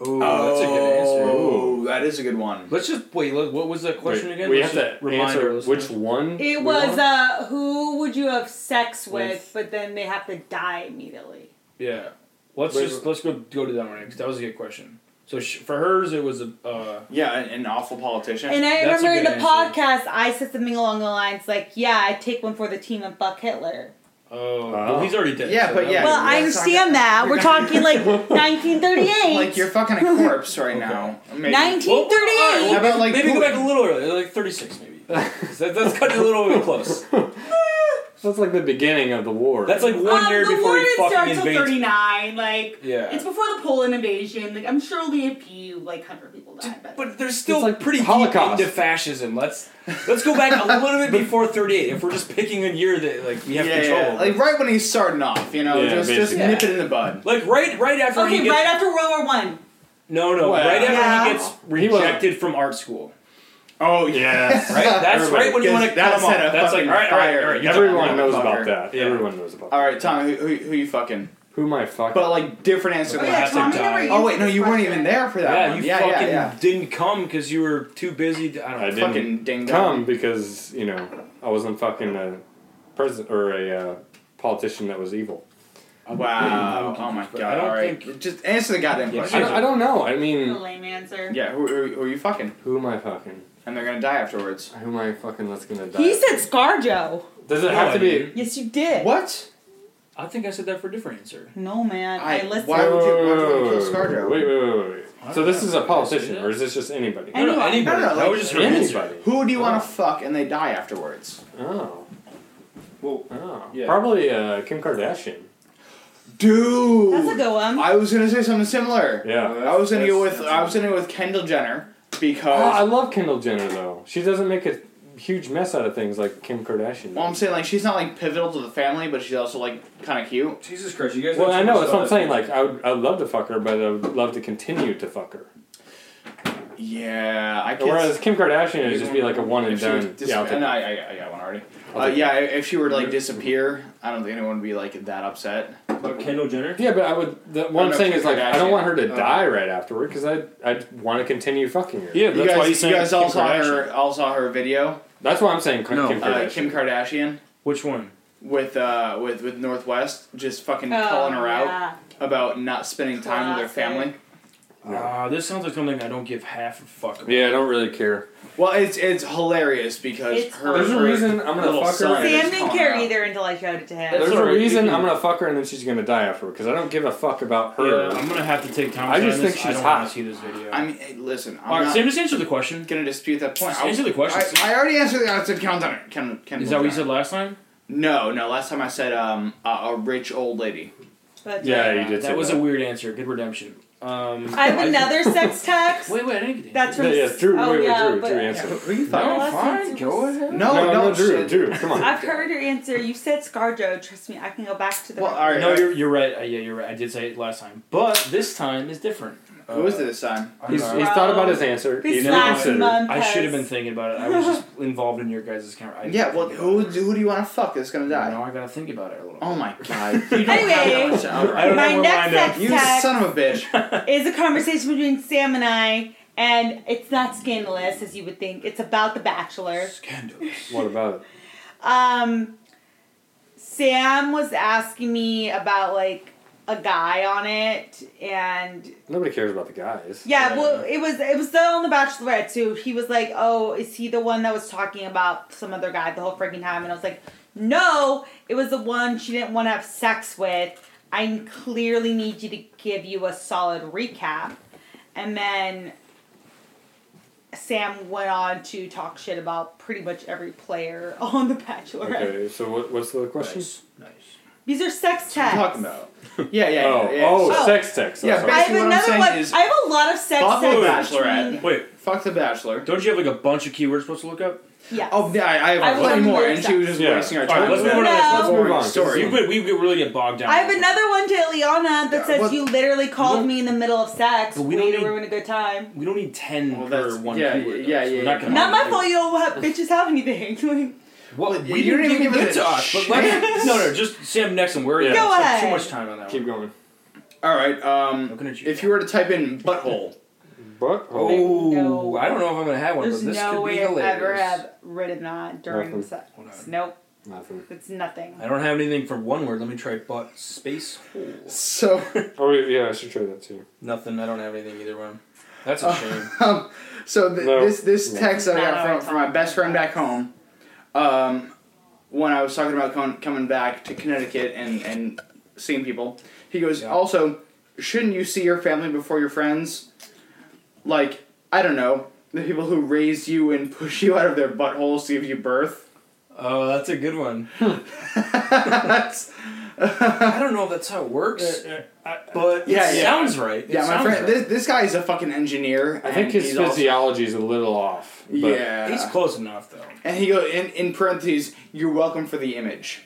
D: Oh, that's a good answer.
B: Oh, that is a good one.
D: Let's just wait. Look, what was that question
C: Wait,
D: again?
C: we
D: Let's
C: have
D: just
C: to
D: remind our
C: answer which
D: listeners.
C: one. we
E: It was
C: want.
E: uh, who would you have sex with,
C: With-
E: but then they have to die immediately.
D: Yeah. Let's
C: Wait,
D: just let's go go to that one because that was a good question. So sh- for hers, it was a uh,
B: Yeah, an, an awful politician.
E: And I
D: That's a
E: remember in the
D: good answer.
E: podcast, I said something along the lines like, "Yeah, I take one for the team and fuck Hitler."
D: oh,
C: Oh.
D: well, he's already dead.
B: Yeah,
D: so
B: but
D: that
B: yeah.
D: was-
E: Well, I
B: that's not gonna-
E: understand that. We're talking like 1938.
B: like you're fucking a corpse right now. Maybe.
E: 19
D: Well, all right,
B: How about, like,
D: maybe go
B: Putin?
D: back a little earlier, like thirty six, maybe. that, that's cutting a little bit close.
E: Ah!
C: That's like the beginning of the war.
D: That's like one
E: Um,
D: year
E: the
D: before
E: war
D: he
E: didn't start
D: fucking
E: till
D: invades.
E: 39. Like,
D: Yeah.
E: it's before the Poland invasion. Like, I'm sure only a few, like, hundred people died. But,
D: But there's still
C: It's like
D: pretty
C: Holocaust.
D: deep into fascism. Let's let's go back a little bit before thirty eight. If we're just picking a year that like we
B: Yeah,
D: have
B: yeah,
D: control.
B: yeah.
D: over.
B: Like right when he's starting off, you know,
C: Yeah,
B: just just
C: basically.
B: nip it in the bud.
D: Like right, right after he
E: okay,
D: gets
E: right after World War One.
D: no, no,
C: Wow.
D: right after
E: Yeah.
D: he gets
C: He wasn't-
D: rejected from art school.
B: Oh
C: Yes.
D: Right, that's
C: Everybody.
D: right when you
B: Because
D: want to
B: that
D: cut him
B: set a
D: off. That's like
B: fucking
D: all right, all right,
B: fire.
D: all right. you're
C: Everyone
D: done.
C: knows
B: Motherfucker.
C: about that.
D: Yeah.
C: Everyone knows about
B: All
C: that.
B: right, Tom, who, who, who you fucking?
C: Who am I fucking?
B: But like different answer.
E: Oh,
B: than
E: yeah,
B: last
E: Tommy
B: time.
E: never
D: time.
E: answered
B: Oh wait, no,
E: this
B: you weren't
E: question.
B: even there for that
D: Yeah,
B: one.
D: you
B: yeah,
D: fucking
B: yeah, yeah.
D: didn't come because you were too busy. To, I don't know.
C: I didn't
B: Fucking ding
C: come
B: dong.
C: because you know I wasn't fucking a president or a uh, politician that was evil.
B: Wow. Oh my
D: I
B: god.
D: don't
B: All right,
D: think-
B: just answer the goddamn
D: Yeah,
C: I
B: question.
C: don't, I don't know. I
E: The
C: mean,
E: lame answer.
B: Yeah, who, who, who are you fucking?
C: who am I fucking?
B: And they're gonna die afterwards.
C: Who am I fucking? That's gonna die.
E: He said ScarJo.
C: Does it have
D: No,
C: to
D: I
C: be?
D: didn't.
E: Yes, you did.
B: What?
D: I think I said that for a different answer.
E: No, man. I,
B: I-
E: listened.
B: why would you- why would you kill
C: Wait,
B: Scarjo?
C: Wait, wait, wait, wait.
D: I
C: So
D: don't
C: this
D: know.
C: is a
D: Did I
C: politician,
D: say that?
C: or is this just anybody?
E: Anyone.
D: No, no, anybody.
B: No, no,
D: that
B: like
D: was just her answer.
C: Anybody.
B: Who do you want to fuck and they die afterwards?
C: Oh,
B: Well,
C: oh.
B: Yeah.
C: Probably uh, Kim Kardashian.
B: dude,
E: That's a good one.
B: I was gonna say something similar.
C: Yeah.
B: I was gonna go
F: That's-
B: with I was gonna go with Kendall Jenner
E: Uh,
C: Oh, I
B: because
C: love Kendall Jenner though. She doesn't make a huge mess out of things like Kim Kardashian.
B: well, I'm saying like she's not like pivotal to the family, but she's also like kind of cute.
F: Jesus Christ, you guys.
C: Well, I know that's what I'm saying.
F: Like,
C: Like, I would, I'd love to fuck her, but I would love to continue to fuck her.
B: Yeah, I can.
C: Whereas Kim Kardashian would just be like a one and
B: If she
C: done.
B: would dis-
C: Yeah, Mm-hmm. I'll take
B: and
C: it.
B: I, I, I got one already.
C: I'll
B: Uh,
C: take it.
B: yeah, if she were to like disappear, I don't think anyone would be like that upset.
D: Kendall Jenner.
C: yeah, but I would. The, what I'm
B: no,
C: saying
B: Kim
C: is like, I don't
B: Kardashian.
C: want her to
B: Oh.
C: die right afterward because I, I want to continue fucking her.
B: You guys, you guys all saw
D: Kardashian.
B: her, all saw her video,
C: that's why I'm saying Kim,
D: No.
C: Kim
B: uh,
C: Kardashian.
B: Kim Kardashian
D: Which one?
B: with uh with with Northwest just fucking
E: Oh,
B: calling her out.
E: yeah.
B: about not spending time with their family.
C: No.
D: Ah, this sounds like something I don't give half a fuck about.
C: yeah, I don't really care.
B: Well, it's it's hilarious because
E: It's
B: her.
C: There's a
B: her-
C: reason I'm gonna
B: little
C: fuck her.
B: son.
C: and-
B: See,
E: Sam didn't care either until I showed it to him.
C: There's
D: That's
C: a
D: alright, you
C: reason
D: can-
C: I'm gonna fuck her and then she's gonna die afterward because I don't give a fuck about her.
D: Yeah, I'm gonna have to take time.
C: I just
D: on this.
C: think
D: I
C: she's
D: don't
C: hot.
D: want to see this video.
B: I mean, hey, listen, I'm
D: all right,
B: not
D: Sam, just answer the question.
B: gonna dispute that point.
D: Just
B: I,
D: answer the question,
B: I-
D: Sam.
B: I, already answered. the- I said Kendall Jenner. Kendall, Kendall
D: Is that what you
B: Jenner.
D: said last time?
B: No, no. Last time I said um a, a rich old lady.
E: But uh,
C: Yeah, you did. say
D: that was
C: that.
D: a weird answer. Good redemption. Um,
E: I have another sex text.
F: Wait, wait, I didn't get the
E: That's
C: Yeah,
E: from
C: yeah, Drew.
E: Oh
C: wait, wait,
E: yeah,
C: Drew.
E: but
C: Drew, answer.
B: Were you
E: No,
B: thought?
E: that's
F: fine,
E: not-
F: go ahead.
B: No, no,
C: no, Drew.
B: shit.
C: Drew, come on.
E: I've heard your answer. You said ScarJo. Trust me, I can go back to the.
B: Well, all right.
D: no, you're, you're right. Uh, yeah, you're right. I did say it last time, but this time is different. Uh,
B: Who is it this time?
D: I don't
C: He's,
D: know.
C: he's thought about his answer.
E: This
C: He never
E: last
C: considered. it.
E: month
D: I
E: has-
D: should have been thinking about it. I was just involved in your guys' camera. I
B: Yeah. Well,
D: didn't think
B: who
D: about it.
B: who do you want to fuck that's gonna die?
D: Now I gotta think about it a little.
B: Oh my god. You don't
E: Anyway.
B: have that much- all
D: I
B: right.
D: don't
E: My
D: know where
E: next
D: mine is.
E: sex
B: You
E: text
B: son of a bitch.
E: is a conversation between Sam and I, and it's not scandalous as you would think. It's about The Bachelor.
D: Scandalous.
C: What about it?
E: Um, Sam was asking me about like a guy on it, and
C: Nobody cares about the guys.
E: yeah, well,
B: Yeah.
E: it was it was still on The Bachelorette too. He was like, "Oh, is he the one that was talking about some other guy the whole freaking time?" And I was like, "No, it was the one she didn't want to have sex with." I clearly need you to give you a solid recap, and then Sam went on to talk shit about pretty much every player on The Bachelorette.
C: Okay, so what, what's the question?
F: Nice, nice.
E: These are sex texts.
B: What are you talking about? Yeah, yeah,
C: Oh,
B: yeah.
C: oh,
E: Oh.
C: sex text. I'm
B: Yeah,
C: sorry.
E: I have
B: Basically, what I'm
E: another
B: saying
E: one.
B: is-
E: I have a lot of sex
B: Fuck
E: texts.
B: the
E: between-
B: Bachelorette.
D: Wait,
B: Fuck the Bachelor.
D: don't you have like a bunch of keywords supposed to look up?
E: Yes.
B: Oh, yeah, I, I have
E: I was
B: plenty
E: on
B: more,
E: the
B: and she was just
C: Yeah.
B: wasting our
D: All right,
B: time.
D: let's
B: with
D: move
B: that.
E: on to this. Let's
B: Boring
C: move on, 'cause
B: Story.
D: You, we we really get bogged down.
E: I have another one to Ileana that
B: Yeah,
E: says
B: what-
E: you literally called me in the middle of sex.
D: But we
E: We
D: don't
E: were
D: need-
E: having a good time.
D: We don't need ten
B: Well,
D: per
B: that's-
D: one
B: yeah,
D: keyword.
B: yeah,
D: though, so
B: yeah,
D: we're not
B: yeah.
D: gonna-
E: Not my fault. You don't have bitches have anything. Like,
D: Well,
B: You didn't
D: we didn't
B: even give
D: even get
B: us
D: to
B: a
D: us. But let, no, no, just Sam Nexon. We're
C: Yeah.
D: yeah,
E: Go
D: it's like
E: ahead.
D: too much time on that.
C: Keep
D: one.
C: going.
B: All right. Um,
D: Looking at you.
B: if you were to type in butthole,
C: But oh,
D: Oh,
E: No.
D: I don't know if I'm gonna have one,
E: there's
D: but this
E: no
D: could be
E: way I
D: hilarious.
E: ever have written that during
C: Nothing.
E: sex.
D: Hold on.
E: Nope,
C: nothing.
E: it's nothing.
D: I don't have anything for one word. Let me try butt space hole.
B: so
C: Oh wait, yeah, I should try that too.
D: Nothing. I don't have anything either one. That's a shame.
B: um, so th-
C: No.
B: this this
C: No.
B: text I got
E: Not our
B: from, from my
E: time.
B: best friend back home, um, when I was talking about con- coming back to Connecticut and and seeing people, he goes.
D: Yeah.
B: Also, shouldn't you see your family before your friends? Like I don't know the people who raised you and push you out of their buttholes to give you birth.
D: Oh, that's a good one.
B: That's-
D: I don't know if that's how it works, but
B: Yeah,
D: it
B: yeah.
D: sounds right. It
B: yeah, my
D: sounds
B: friend.
D: right.
B: This, this guy is a fucking engineer.
C: I think
B: and
C: his
B: he's also-
C: physiology is a little off. But
B: yeah,
D: He's close enough though.
B: And he goes in in parentheses, "You're welcome for the image,"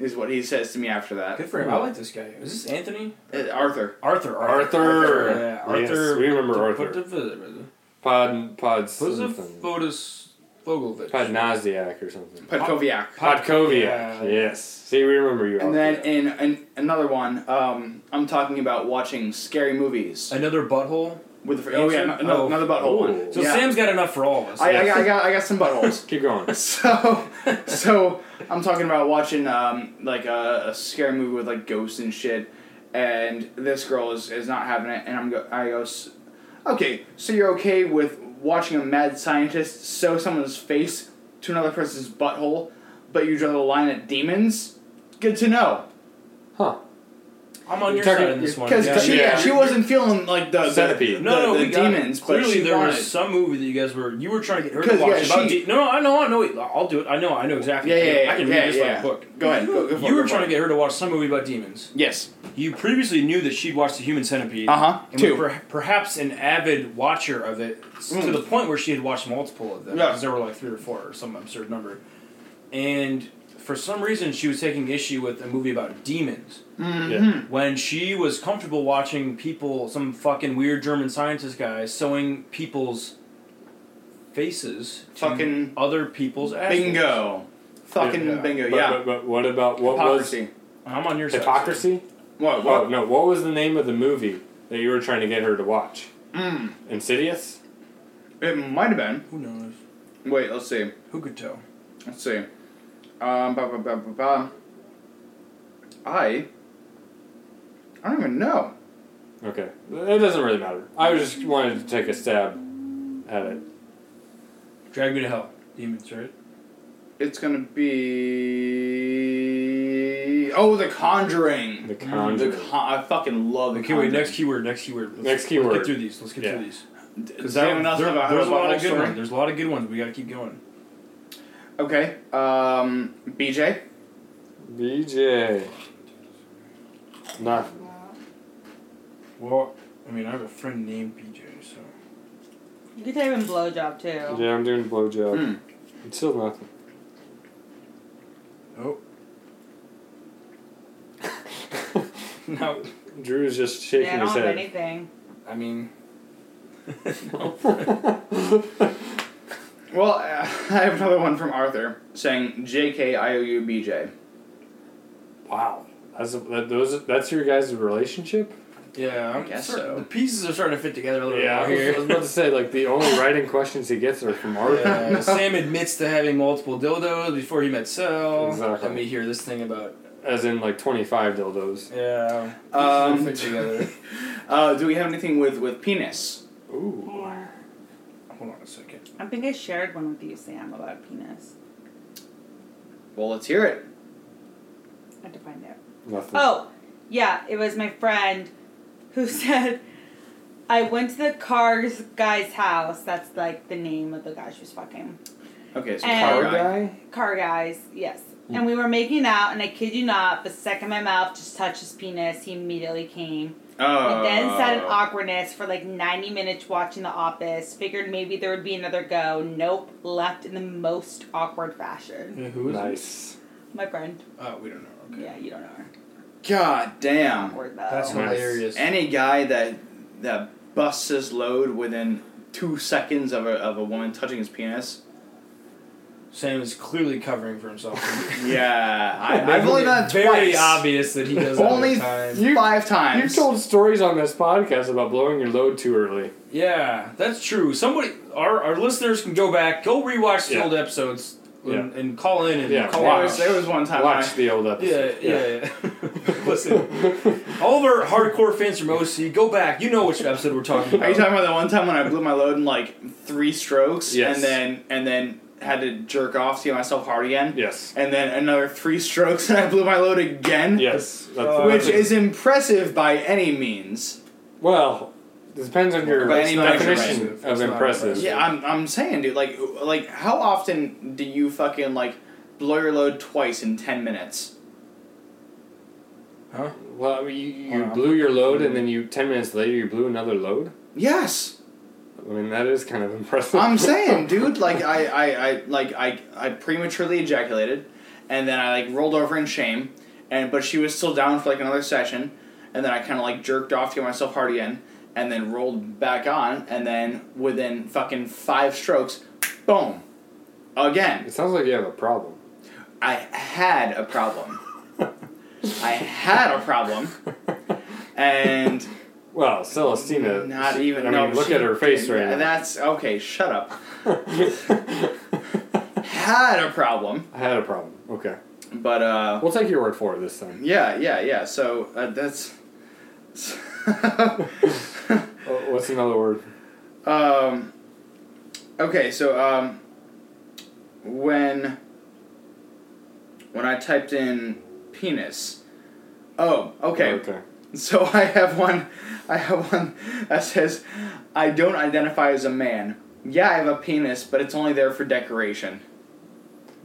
B: is what he says to me after that.
D: Good for him. I like this guy. Is this Anthony?
B: Uh, Arthur,
D: Arthur.
C: Arthur.
D: Yeah,
C: Yes,
D: Arthur.
C: we remember Arthur. Pod Pod something.
D: Podophotis Vogelvich.
C: Podnaziak or something.
B: Podkoviak.
C: Podkoviak.
D: Yeah.
C: Yes. See, we remember you.
B: And then in, in another one, um, I'm talking about watching scary movies
D: Another butthole.
B: with the, oh yeah, no- no-
D: Uh, Oh.
B: another butthole one.
C: Ooh.
D: So
B: yeah.
D: Sam's got enough for all of us.
B: I, I, got- I got I got some buttholes.
C: keep going.
B: So, so I'm talking about watching um, like a, a scary movie with like ghosts and shit, and this girl is, is not having it, and I'm go I go, "S- okay, so you're okay with watching a mad scientist sew someone's face to another person's butthole, but you draw the line at demons. Good to know,
C: Huh.
D: I'm on
C: You're
D: your
C: talking-
D: side in this one.
B: because
D: Yeah,
B: she,
D: yeah.
B: she wasn't feeling like the the-
C: Centipede.
B: the,
D: No, no,
B: the
D: we got it.
B: demons, but
D: Clearly,
B: she
D: there
B: wanted.
D: was some movie that you guys were you were trying to get her to
B: 'Cause,
D: watch
B: yeah,
D: about.
B: she-
D: de- no, no, I know, I know. it. I'll do it. I know, I know exactly.
B: yeah,
D: I
B: yeah,
D: can-
B: yeah,
D: I can
B: yeah,
D: read this
B: yeah.
D: like a book.
B: Go ahead. Go, go for it,
D: You were
B: go for
D: trying
B: it.
D: to get her to watch some movie about demons.
B: Yes.
D: You previously knew that she'd watched The Human Centipede.
B: Uh-huh,
D: And
B: two.
D: was per- perhaps an avid watcher of it s- to
B: Mm.
D: the point where she had watched multiple of them.
B: Yeah.
D: Because there were like three or four or some absurd number. And for some reason, she was taking issue with a movie about demons.
B: Mm-hmm.
C: Yeah.
D: When she was comfortable watching people, some fucking weird German scientist guy, sewing people's faces to
B: Fucking
D: other people's assholes.
B: Bingo. Fucking bingo.
C: But-
B: Yeah.
C: But, but what about what
B: Hypocrisy.
D: I'm on your
C: was
D: side.
C: hypocrisy?
B: What?
C: Oh
B: What?
C: no! What was the name of the movie that you were trying to get her to watch?
B: Mm,
C: Insidious.
B: it might have been.
D: Who knows?
B: Wait, let's see.
D: Who could tell?
B: Let's see. Um, ba ba ba ba ba. I. I don't even know.
C: Okay, it doesn't really matter. I was just wanted to take a stab at it.
D: Drag me to hell. Demons, right?
B: It's gonna be. Oh, The Conjuring.
C: The
D: Mm,
C: Conjuring.
B: Mm-hmm. The con- I fucking love The
D: Okay, wait.
B: Conjuring.
D: Next keyword. Next keyword. Let's,
C: Next
D: Let's
C: keyword.
D: get through these. Let's get
C: Yeah.
D: through these.
B: Does anyone else
D: there-
B: have a,
D: there's
B: have a
D: a lot of
B: butthole
D: good
B: story?
D: ones. There's a lot of good ones. We gotta keep going.
B: Okay. Um, BJ.
C: BJ. Not
D: Well, I mean, I have a friend named PJ, so.
E: You could type in blowjob too.
C: yeah. I'm doing blowjob.
B: Hmm.
C: It's still nothing.
D: Oh. no,
C: Drew's just shaking
E: Yeah, I don't
C: his
E: have
C: head.
E: anything.
D: I mean.
B: Well, uh, I have another one from Arthur saying JKIOUBJ.
C: wow. That's a, that, those. That's your guys' relationship.
D: Yeah,
B: I
D: I'm
B: guess
D: certain-
B: so.
D: The pieces are starting to fit together a little
C: Yeah, I
D: bit more
C: was,
D: here.
C: I was about to say like the only writing questions he gets are from Arthur.
D: Yeah, Sam admits to having multiple dildos before he met Sel.
C: Exactly.
D: Let me hear this thing about.
C: As in like twenty five dildos.
D: Yeah. pieces are
B: Um,
D: fit together.
B: Uh, do we have anything with, with penis?
C: Ooh.
D: Hold on a second.
E: I think I shared one with you, Sam, about penis.
B: Well, let's hear it.
E: I had to find out.
C: Nothing.
E: Oh, yeah, it was my friend who said, I went to the car's guy's house. That's like the name of the guy she was fucking.
B: Okay, so car
E: And-
C: Car
B: guy.
C: guy.
E: Car guys, yes.
B: Mm.
E: And we were making out, and I kid you not, the second my mouth just touched his penis, he immediately came.
B: Oh.
E: We then sat in awkwardness for like 90 minutes watching The Office. Figured maybe there would be another go. Nope. Left in the most awkward fashion.
D: Yeah, who is it?
C: Nice.
E: My friend.
D: Oh, we don't know. Okay.
E: Yeah, you don't know her.
B: God damn.
E: Awkward though.
D: That's
C: Nice.
D: hilarious.
B: Any guy that that busts his load within two seconds of a, of a woman touching his penis.
D: Sam is clearly covering for himself.
B: Yeah,
D: Making
B: I, I've only
D: it
B: done it
D: Very
B: twice.
D: obvious that he does that
B: Only
D: all the time.
B: five times.
C: You've told stories on this podcast about blowing your load too early.
D: Yeah, that's true. Somebody, our, our listeners can go back, go rewatch the
C: Yeah.
D: old episodes, and,
C: Yeah.
D: and call in and
C: Yeah,
D: call
B: there
C: watch.
B: was, there was one time.
C: Watch
B: I,
C: the old
D: Yeah,
C: episode.
D: yeah, yeah. Listen, all of our hardcore fans from OC, go back. You know which episode we're talking
B: are you
D: about.
B: talking about the one time when I blew my load in like three strokes,
C: Yes.
B: and then and then had to jerk off to get myself hard again,
C: Yes.
B: and then another three strokes, and I blew my load again,
C: Yes. That's,
D: Uh,
B: which
C: that's-
B: is impressive by any means.
C: well. It depends on your
B: By any measure,
C: definition
D: right.
C: of
D: That's not
C: impressive.
D: impressive.
B: Yeah, I'm, I'm saying, dude, like like how often do you fucking like blow your load twice in ten minutes?
D: huh?
C: Well, I mean, you, you
D: Wow.
C: blew your load, and
B: Mm-hmm.
C: then you ten minutes later you blew another load.
B: Yes.
C: I mean, that is kind of impressive.
B: I'm saying, dude, like I, I, I like I, I prematurely ejaculated, and then I like rolled over in shame, and but she was still down for like another session, and then I kind of like jerked off to get myself hard again, and then rolled back on, and then within fucking five strokes, boom, again.
C: It sounds like you have a problem.
B: I had a problem. I had a problem, and
C: Well, Celestina.
B: not
C: she-
B: even.
C: I
B: no,
C: mean, look
B: she-
C: at her face right now.
B: That's okay. Shut up. had a problem.
C: I had a problem. Okay,
B: But uh,
C: we'll take your word for it this time.
B: yeah, yeah, yeah. So uh, that's
C: Oh, what's another word?
B: um, okay. So um, when when I typed in penis, oh, okay.
C: Okay.
B: So I have one. I have one that says, "I don't identify as a man." Yeah, I have a penis, but it's only there for decoration.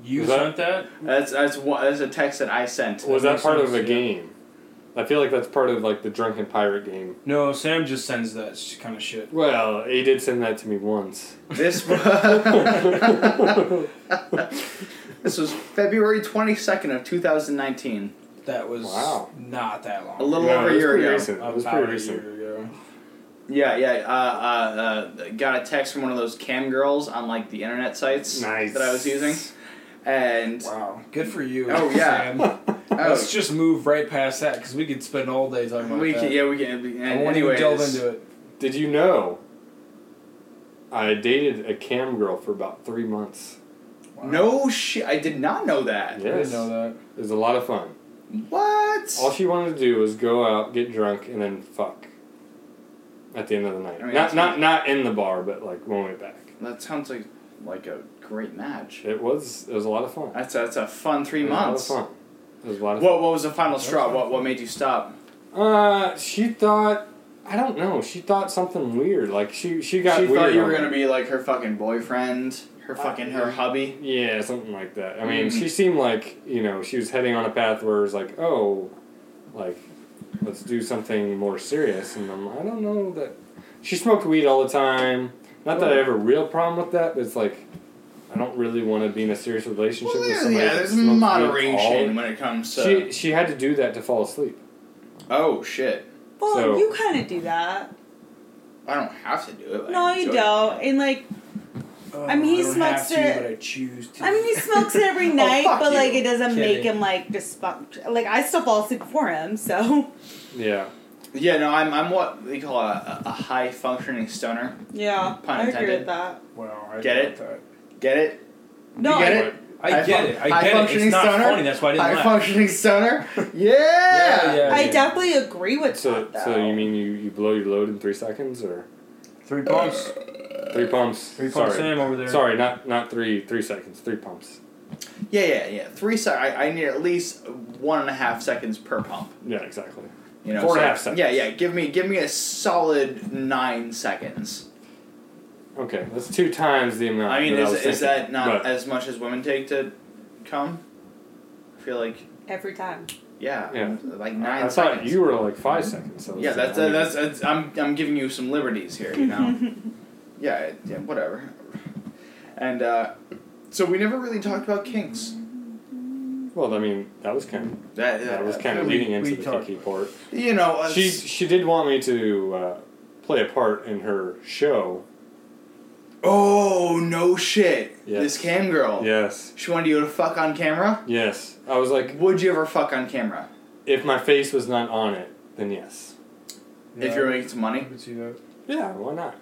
D: You
C: Is that-
D: sent that?
B: That's that's one, that's a text that I sent.
C: Was
D: That
C: that
D: makes
C: part of
D: sense,
C: a
D: yeah.
C: game? I feel like that's part of like the drunken pirate game.
D: No, Sam just sends that sh- kind of shit.
C: Well, he did send that to me once.
B: This was this was February twenty second of two thousand nineteen.
D: That was
C: Wow.
D: not that long.
B: A little
C: No,
B: over a
C: it was
B: year
C: pretty
B: ago.
C: recent. It was
D: About
C: pretty
D: a
C: recent.
D: year ago.
B: Yeah, yeah. Uh, uh, uh, got a text from one of those cam girls on like the internet sites
C: Nice.
B: that I was using, and
D: Wow. Good for you.
B: Oh, yeah.
D: Sam.
B: oh,
D: Let's just move right past that because we could spend all day talking about
B: we
D: that.
B: can, yeah, we can. And
D: I won't
B: anyways,
D: even delve into it.
C: Did you know? I dated a cam girl for about three months.
D: Wow.
B: No shit, I did not know that.
D: I
C: Yes,
D: didn't know that.
C: it was a lot of fun.
B: What?
C: All she wanted to do was go out, get drunk, and then fuck. At the end of the night,
B: I mean,
C: not
B: that's-
C: not not in the bar, but like when we went back.
B: that sounds like like a great match.
C: It was it was a lot of fun.
B: That's a, that's a fun three
C: It was
B: months.
C: A lot of fun. It was a lot of
B: What what was the final
D: That
B: straw?
D: sounds
B: What what made you stop?
C: Uh, she thought I don't know. She thought something weird. Like she she got.
B: she
C: weird
B: thought you
C: on
B: were
C: me.
B: gonna be like her fucking boyfriend, her fucking her hubby.
C: Yeah, something like that. I mean,
B: Mm.
C: she seemed like you know she was heading on a path where it was like, oh, like let's do something more serious. And I'm, I don't know that. She smoked weed all the time. Not
B: Oh.
C: that I have a real problem with that, but it's like, I don't really want to be in a serious relationship
B: Well,
C: with
B: yeah,
C: somebody. that
B: there's
C: smokes weed all-
B: moderation when it comes to.
C: She, she had to do that to fall asleep.
B: oh shit!
E: Well,
C: So-
E: you kind of do that.
B: I don't have to do it. but
E: No,
B: I
E: you
B: enjoy it.
E: don't. And like,
D: Oh,
E: I mean, he
D: I don't
E: smokes
D: have to,
E: it-
D: but I choose to.
E: I mean, he smokes it every night,
B: Oh, fuck
E: but
B: you.
E: like, it doesn't make
D: Kidding.
E: him like dysfunctional. Like, I still fall asleep before him, so
C: Yeah.
B: Yeah, no, I'm I'm what they call a, a a high functioning stoner.
E: yeah,
B: Pun
E: I agree
B: intended.
E: with that.
D: Wow, I
B: Get it?
D: thought that-
B: Get it?
E: No,
B: you get
E: I-
B: it?
D: I
B: High
D: get
B: fun-
D: it. I
B: high
D: get it.
B: functioning
D: It's not
B: stoner?
D: funny. That's why I didn't
B: High
D: laugh.
B: functioning stoner. Yeah.
D: Yeah, yeah.
E: I definitely agree with
C: So,
E: that.
C: so
E: though.
C: you mean you, you blow your load in three seconds or
D: Three pumps.
C: three pumps?
D: Three pumps.
C: Sorry,
D: Uh, Sam over there.
C: sorry, not not three three seconds, three pumps.
B: Yeah, yeah, yeah. Three sec. I, I need at least one and a half seconds per pump.
C: Yeah, exactly.
B: You know,
C: Four and a
B: so-
C: half seconds.
B: Yeah, yeah. Give me, give me a solid nine seconds.
C: Okay, that's two times the amount.
B: I mean,
C: that
B: is,
C: I was
B: is
C: thinking,
B: that not
C: but-
B: as much as women take to come? I feel like
E: every time.
B: yeah,
C: Yeah.
B: like
C: I-
B: nine
C: I
B: seconds.
C: thought you were like five seconds. So
B: yeah, that's, uh,
C: I mean,
B: that's that's I'm I'm giving you some liberties here, you know. yeah, it- yeah, whatever. And uh, so we never really talked about kinks.
C: Well, I mean, that was kind of
B: That, uh,
C: that was kind
D: yeah,
C: of
D: we-
C: leading into
D: we
C: the
D: talked
C: kinky part.
B: you know. uh,
C: She she did want me to uh, play a part in her show.
B: oh no shit!
C: Yes.
B: This cam girl.
C: Yes,
B: She wanted you to fuck on camera.
C: yes. I was like,
B: Would you ever fuck on camera
C: if my face was not on it, then yes.
B: if
D: Yeah,
B: you're making some
D: I
B: money?
D: could see that.
C: Yeah, why not?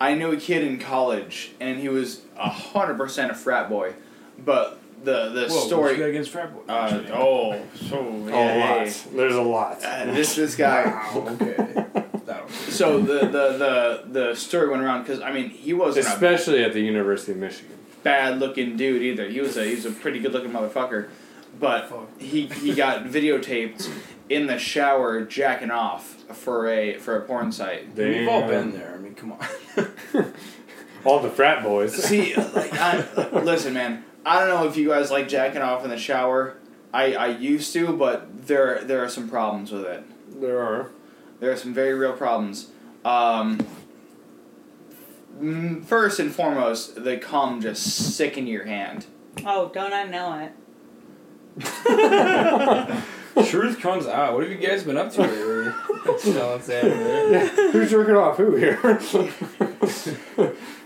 B: I knew a kid in college, and he was hundred percent a frat boy, but the the
D: Whoa, What you got
B: story.
D: against frat boy?
B: Uh, oh, so
C: Oh,
B: yeah,
C: lots. There's a lot.
B: Uh, this this guy.
D: okay. That'll-
B: So the the the, the story went around because I mean he wasn't a
C: Especially at the University of Michigan.
B: bad looking dude either. He was a he was a pretty good looking motherfucker, but
D: Fuck.
B: he he got videotaped in the shower jacking off for a for a porn site.
D: We've all been
C: Damn.
D: there. I mean, come on.
C: uh, All the frat boys.
B: See, like I, listen, man. I don't know if you guys like jacking off in the shower. I, I used to, but there there are some problems with it.
C: there are.
B: There are some very real problems. Um, mm, first and foremost, the cum just sick in your hand.
E: Oh, don't I know it?
D: Truth comes out. What have you guys been up to lately? That's all I'm saying. man.
C: Who's jerking off who here?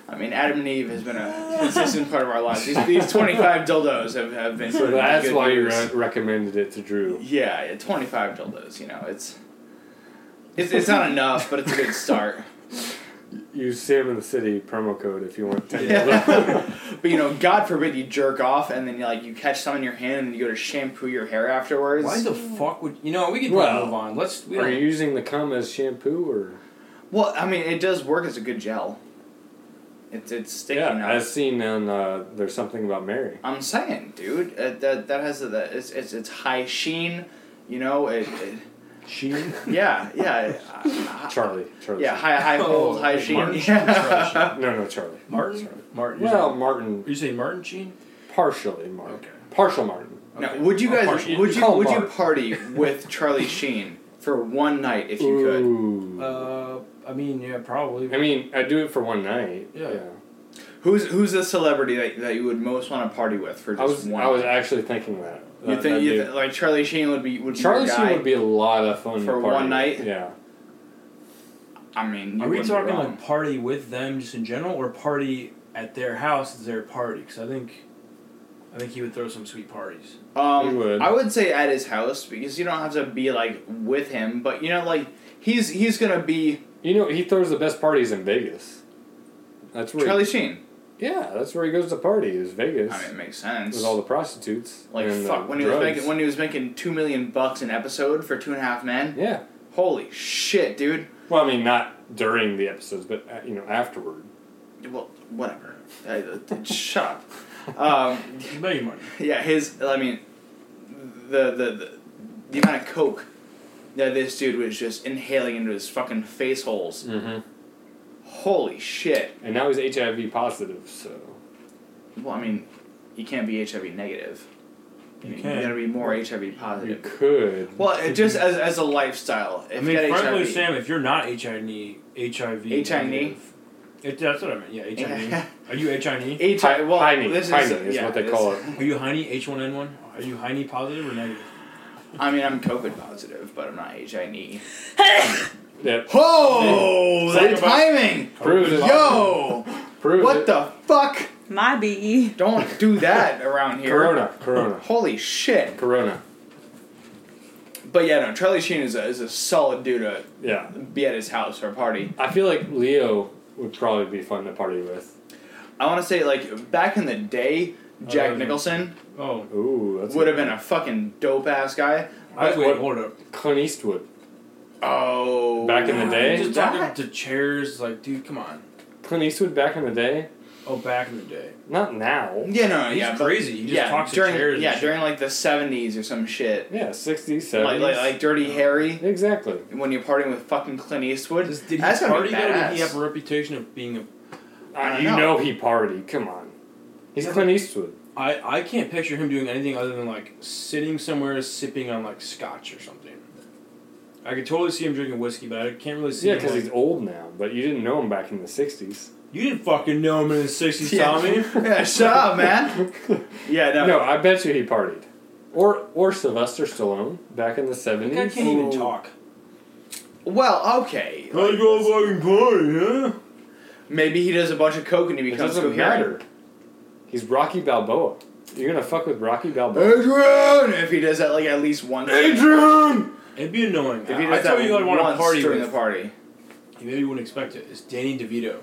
B: I mean, Adam and Eve has been a consistent part of our lives. These, these 25 dildos have, have been.
C: so that's
B: good
C: why you
B: news.
C: re- recommended it to Drew.
B: Yeah, yeah, 25 dildos, you know, it's. It's, it's not enough, but it's a good start.
C: Use Sam in the City promo code if you want ten
B: Yeah. but you know, God forbid you jerk off and then you like you catch some in your hand and you go to shampoo your hair afterwards.
D: Why the fuck would you know? We can
C: Well,
D: move on. Let's. We
C: Are
D: don't,
C: you using the cum as shampoo or?
B: Well, I mean, it does work as a good gel. It's it's sticky
C: yeah,
B: now.
C: I've seen on uh, there's something about Mary.
B: I'm saying, dude, uh, that that has a, that it's it's it's high sheen, you know. It, it
D: Sheen.
B: yeah yeah uh,
C: Charlie, Charlie.
B: yeah high high
D: Oh,
B: hold high sheen.
D: Martin
B: Yeah.
C: No, no, Charlie.
D: Martin. Martin. you
C: Well,
D: say-
C: Martin,
D: you say Martin Sheen?
C: partially Martin,
D: Okay.
C: partial Martin.
B: Now,
D: Okay.
B: would you
D: Oh,
B: guys
D: Martin.
B: would
C: you
B: you
C: call
B: would you
C: Martin.
B: party with Charlie Sheen for one night if you could?
C: Ooh.
D: Uh, I mean, yeah, probably.
C: I mean, I do it for one night.
D: Yeah.
B: Who's who's the celebrity that, that you would most want to party with for
C: I
B: just
C: was
B: one?
C: I was
B: night?
C: actually thinking that.
B: you
C: That-
B: think
C: that'd
B: you
C: be-
B: th- like Charlie Sheen would be would be your
C: Charlie
B: guy?
C: Sheen would be a lot of fun to
B: For
C: party
B: one
C: with.
B: night?
C: Yeah.
B: I mean, you
D: Are we
B: wouldn't be
D: talking
B: wrong.
D: like party with them just in general, or party at their house? Is their party? Because I think, I think he would throw some sweet parties.
B: Um,
C: He would.
B: I would say at his house because you don't have to be like with him, but you know, like he's he's gonna be
C: You know, he throws the best parties in Vegas. That's where. he-
B: Charlie Sheen.
C: yeah, that's where he goes to party. Is Vegas
B: I mean, it makes sense.
C: with all the prostitutes.
B: like
C: and the
B: fuck when he was
C: drugs.
B: making when he was making two million bucks an episode for Two and a Half Men.
C: Yeah.
B: Holy shit, dude!
C: Well, I mean, not during the episodes, but uh, you know, afterward.
B: Well, whatever. I, uh, shut up. Um,
D: You bet your money.
B: yeah, his. I mean, the the the, the amount of coke that this dude was just inhaling into his fucking face holes.
C: Mm-hmm.
B: Holy shit!
C: And now he's HIV positive, so
B: Well, I mean, you can't be HIV negative. You,
D: can.
B: gotta be more HIV
C: You
B: positive.
C: could.
B: Well, it just as, as a lifestyle. If you
D: I mean,
B: got
D: frankly,
B: HIV,
D: Sam, if you're not HIV, HIV,
B: HIV?
D: negative- it, that's what I meant. Yeah, HIV. Are you HIV?
B: HIV. Well,
C: Heine,
B: this
C: Heine
B: is,
C: is
B: yeah,
C: what they
B: this-
C: call it.
D: E? Are you Heine H1N1? Are you Heine E positive or negative?
B: I mean, I'm COVID positive, but I'm not HIV.
C: Yeah,
B: Whoa!
D: Talk
B: the
D: about-
B: timing!
C: proved it.
B: Yo!
C: proved
B: What
C: it.
B: the fuck?
E: My BE.
B: Don't do that around here.
C: Corona, Corona,
B: Holy shit.
C: Corona.
B: But yeah, no, Charlie Sheen is a, is a solid dude to
C: Yeah,
B: be at his house or party.
C: I feel like Leo would probably be fun to party with.
B: I want to say, like, back in the day, Jack
D: Oh, yeah.
B: Nicholson
D: Oh,
C: Ooh, that's
B: would have been a fucking dope ass guy.
D: I,
C: That's
D: wait,
C: what-
D: hold up.
C: Clint Eastwood.
B: Oh.
C: Back in the day?
D: Just
B: That-
D: talking to chairs, like, dude, come on.
C: Clint Eastwood back in the day,
D: Oh, back in the day.
C: not now.
B: Yeah, no,
D: He's
B: Uh, yeah. but-
D: crazy. He just
B: yeah,
D: talks
B: during,
D: to chairs.
B: Yeah,
D: and shit.
B: during, like, the 70s or some shit.
C: Yeah, sixties,
B: Like,
C: seventies.
B: like, like Dirty Harry.
C: exactly.
B: When you're partying with fucking Clint Eastwood.
D: Does- did he
B: That's gonna
D: party
B: be
D: though? Did he
B: badass.
D: have a reputation of being a?
B: I don't
C: you
B: know.
C: know. he partied. Come on, he's
D: Yeah,
C: Clint Eastwood.
D: I I can't picture him doing anything other than like sitting somewhere sipping on like scotch or something. I could totally see him drinking whiskey, but I can't really see.
C: Yeah,
D: him,
C: because
D: like-
C: he's old now, but you didn't know him back in the sixties.
D: you didn't fucking know him in the sixties, Tommy.
B: yeah, shut up, man. Yeah, no.
C: No, I bet you he partied. Or or Sylvester Stallone back in the
D: That guy
C: seventies.
D: can't even
B: Ooh.
D: talk.
B: Well, okay.
D: How'd you all fucking party, huh?
B: Maybe he does a bunch of coke and he
C: It
B: becomes
C: doesn't
B: coherent.
C: matter. He's Rocky Balboa. You're gonna fuck with Rocky Balboa.
B: Adrian! If he does that like at least once.
C: Adrian.
D: It'd be annoying.
B: If he
D: I, I
B: does
D: tell
B: that
D: you, I'd want to
B: once
D: party
B: during
D: with.
B: the party.
D: You maybe wouldn't expect it. It's Danny DeVito.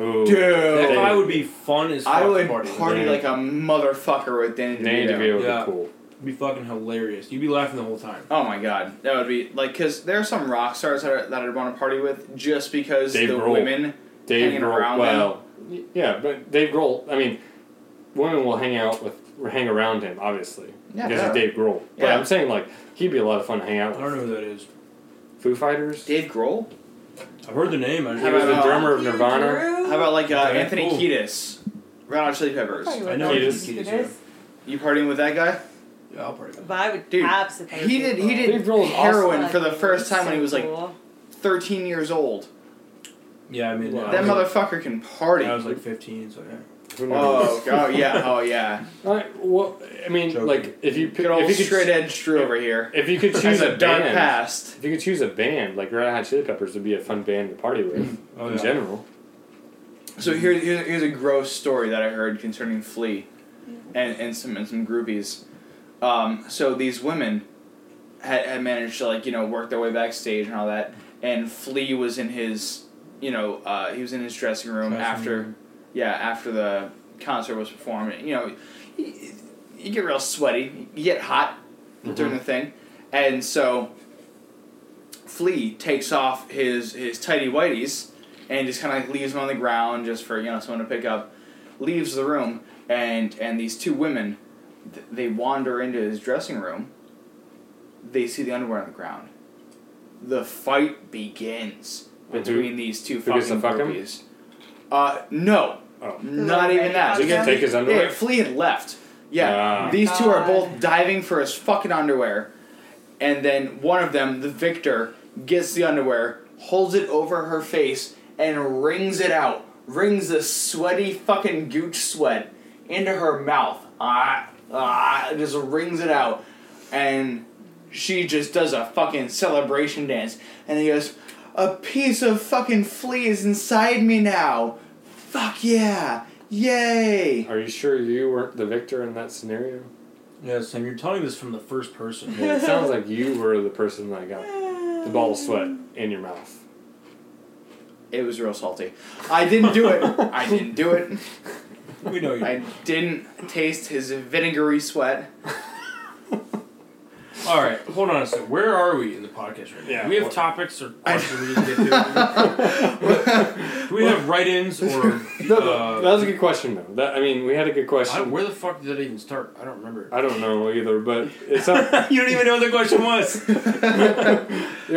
C: Ooh.
B: Dude.
D: That
C: Danny-
D: guy would be fun as fuck
B: I
D: to
B: would
D: party.
B: party,
C: Danny-
D: with.
B: like a motherfucker with Danny DeVito.
C: Danny DeVito would
D: Yeah.
C: be cool.
D: It'd be fucking hilarious. You'd be laughing the whole time.
B: Oh my god, that would be like because there are some rock stars that, are, that I'd want to party with just because
C: Dave
B: the
C: Grohl.
B: women.
C: Dave
B: Hanging
C: Grohl.
B: around
C: well, y- yeah, but Dave Grohl. I mean, women will hang out with, or hang around him, obviously,
B: Yeah,
C: because
B: yeah.
C: he's Dave Grohl. But
B: Yeah.
C: I'm saying like he'd be a lot of fun to hang
D: I
C: out with.
D: don't know who that is.
C: Foo Fighters.
B: Dave Grohl.
D: I've heard the name. I just
C: He was the
B: about- uh,
C: drummer of Nirvana.
E: Drew.
B: How about like uh,
D: Okay,
B: Anthony
D: cool.
B: Kiedis, Red Hot Chili Peppers?
E: Probably
D: I
E: would
D: know
E: like
C: it is.
E: it
D: Yeah.
E: is.
B: You partying with that guy?
D: Yeah, I'll party.
E: But I would
B: Dude,
E: absolutely.
B: He did. He did
C: Dave Grohl is
B: heroin
E: Like,
B: for the first
E: he's
B: time
E: so
B: when he was like
E: cool.
B: 13 years old.
D: Yeah, I mean,
C: Wow.
D: I
B: That
D: was-
B: motherfucker can party.
D: I was like 15, so yeah.
C: Who knows?
B: Oh, oh yeah, oh yeah.
C: I, well, I mean,
D: Joking.
C: like if you pick,
B: Good old
C: if you could,
B: straight edge Drew over here.
C: if you could
B: Has
C: choose
B: a
C: a
B: dark
C: band,
B: past.
C: if you could choose a band, like Red Hot Chili Peppers would be a fun band to party with
D: Oh,
C: in
D: yeah.
C: general.
B: So here, here's, here's a gross story that I heard concerning Flea, and, and some and some groupies. Um, so these women had, had managed to like you know work their way backstage and all that, and Flea was in his you know uh, he was in his dressing room
D: Dressing
B: after
D: room.
B: yeah after the concert was performed. You know, you, you get real sweaty, you get hot during
D: Mm-hmm.
B: the thing, and so Flea takes off his his tidy whities and just kind of like leaves them on the ground just for you know someone to pick up. Leaves the room and and these two women, th- they wander into his dressing room. They see the underwear on the ground. The fight begins
C: Who-
B: between these two
C: who gets
B: fucking
C: to fuck 'em?
B: groupies. Uh, no,
C: Oh,
B: not even that.
E: Did you
C: get to take his underwear?
B: Yeah, Flea had left. Yeah,
C: Ah.
B: these two are
E: God.
B: both diving for his fucking underwear, and then one of them, the victor, gets the underwear, holds it over her face, and wrings it out, wrings the sweaty fucking gooch sweat into her mouth. Ah, ah, just wrings it out, and she just does a fucking celebration dance, and he goes, "A piece of fucking flea is inside me now." Fuck yeah! Yay!
C: are you sure you weren't the victor in that scenario?
D: Yeah, Sam, you're telling this from the first person.
C: Yeah, it sounds like you were the person that got the ball of sweat in your mouth.
B: It was real salty. I didn't do it. I didn't do it.
D: we know you.
B: I didn't taste his vinegary sweat.
D: All right, hold on a second. Where are we in the podcast right now?
C: Yeah,
D: Do we have
C: what-
D: topics or questions we need to get to? Do we have write-ins or?
C: No,
D: uh,
C: that was a good question though. That I mean, we had a good
D: I don't,
C: question.
D: where the fuck did that even start? I don't remember.
C: I don't know either, but it's not,
D: you don't even know what the question was.
C: it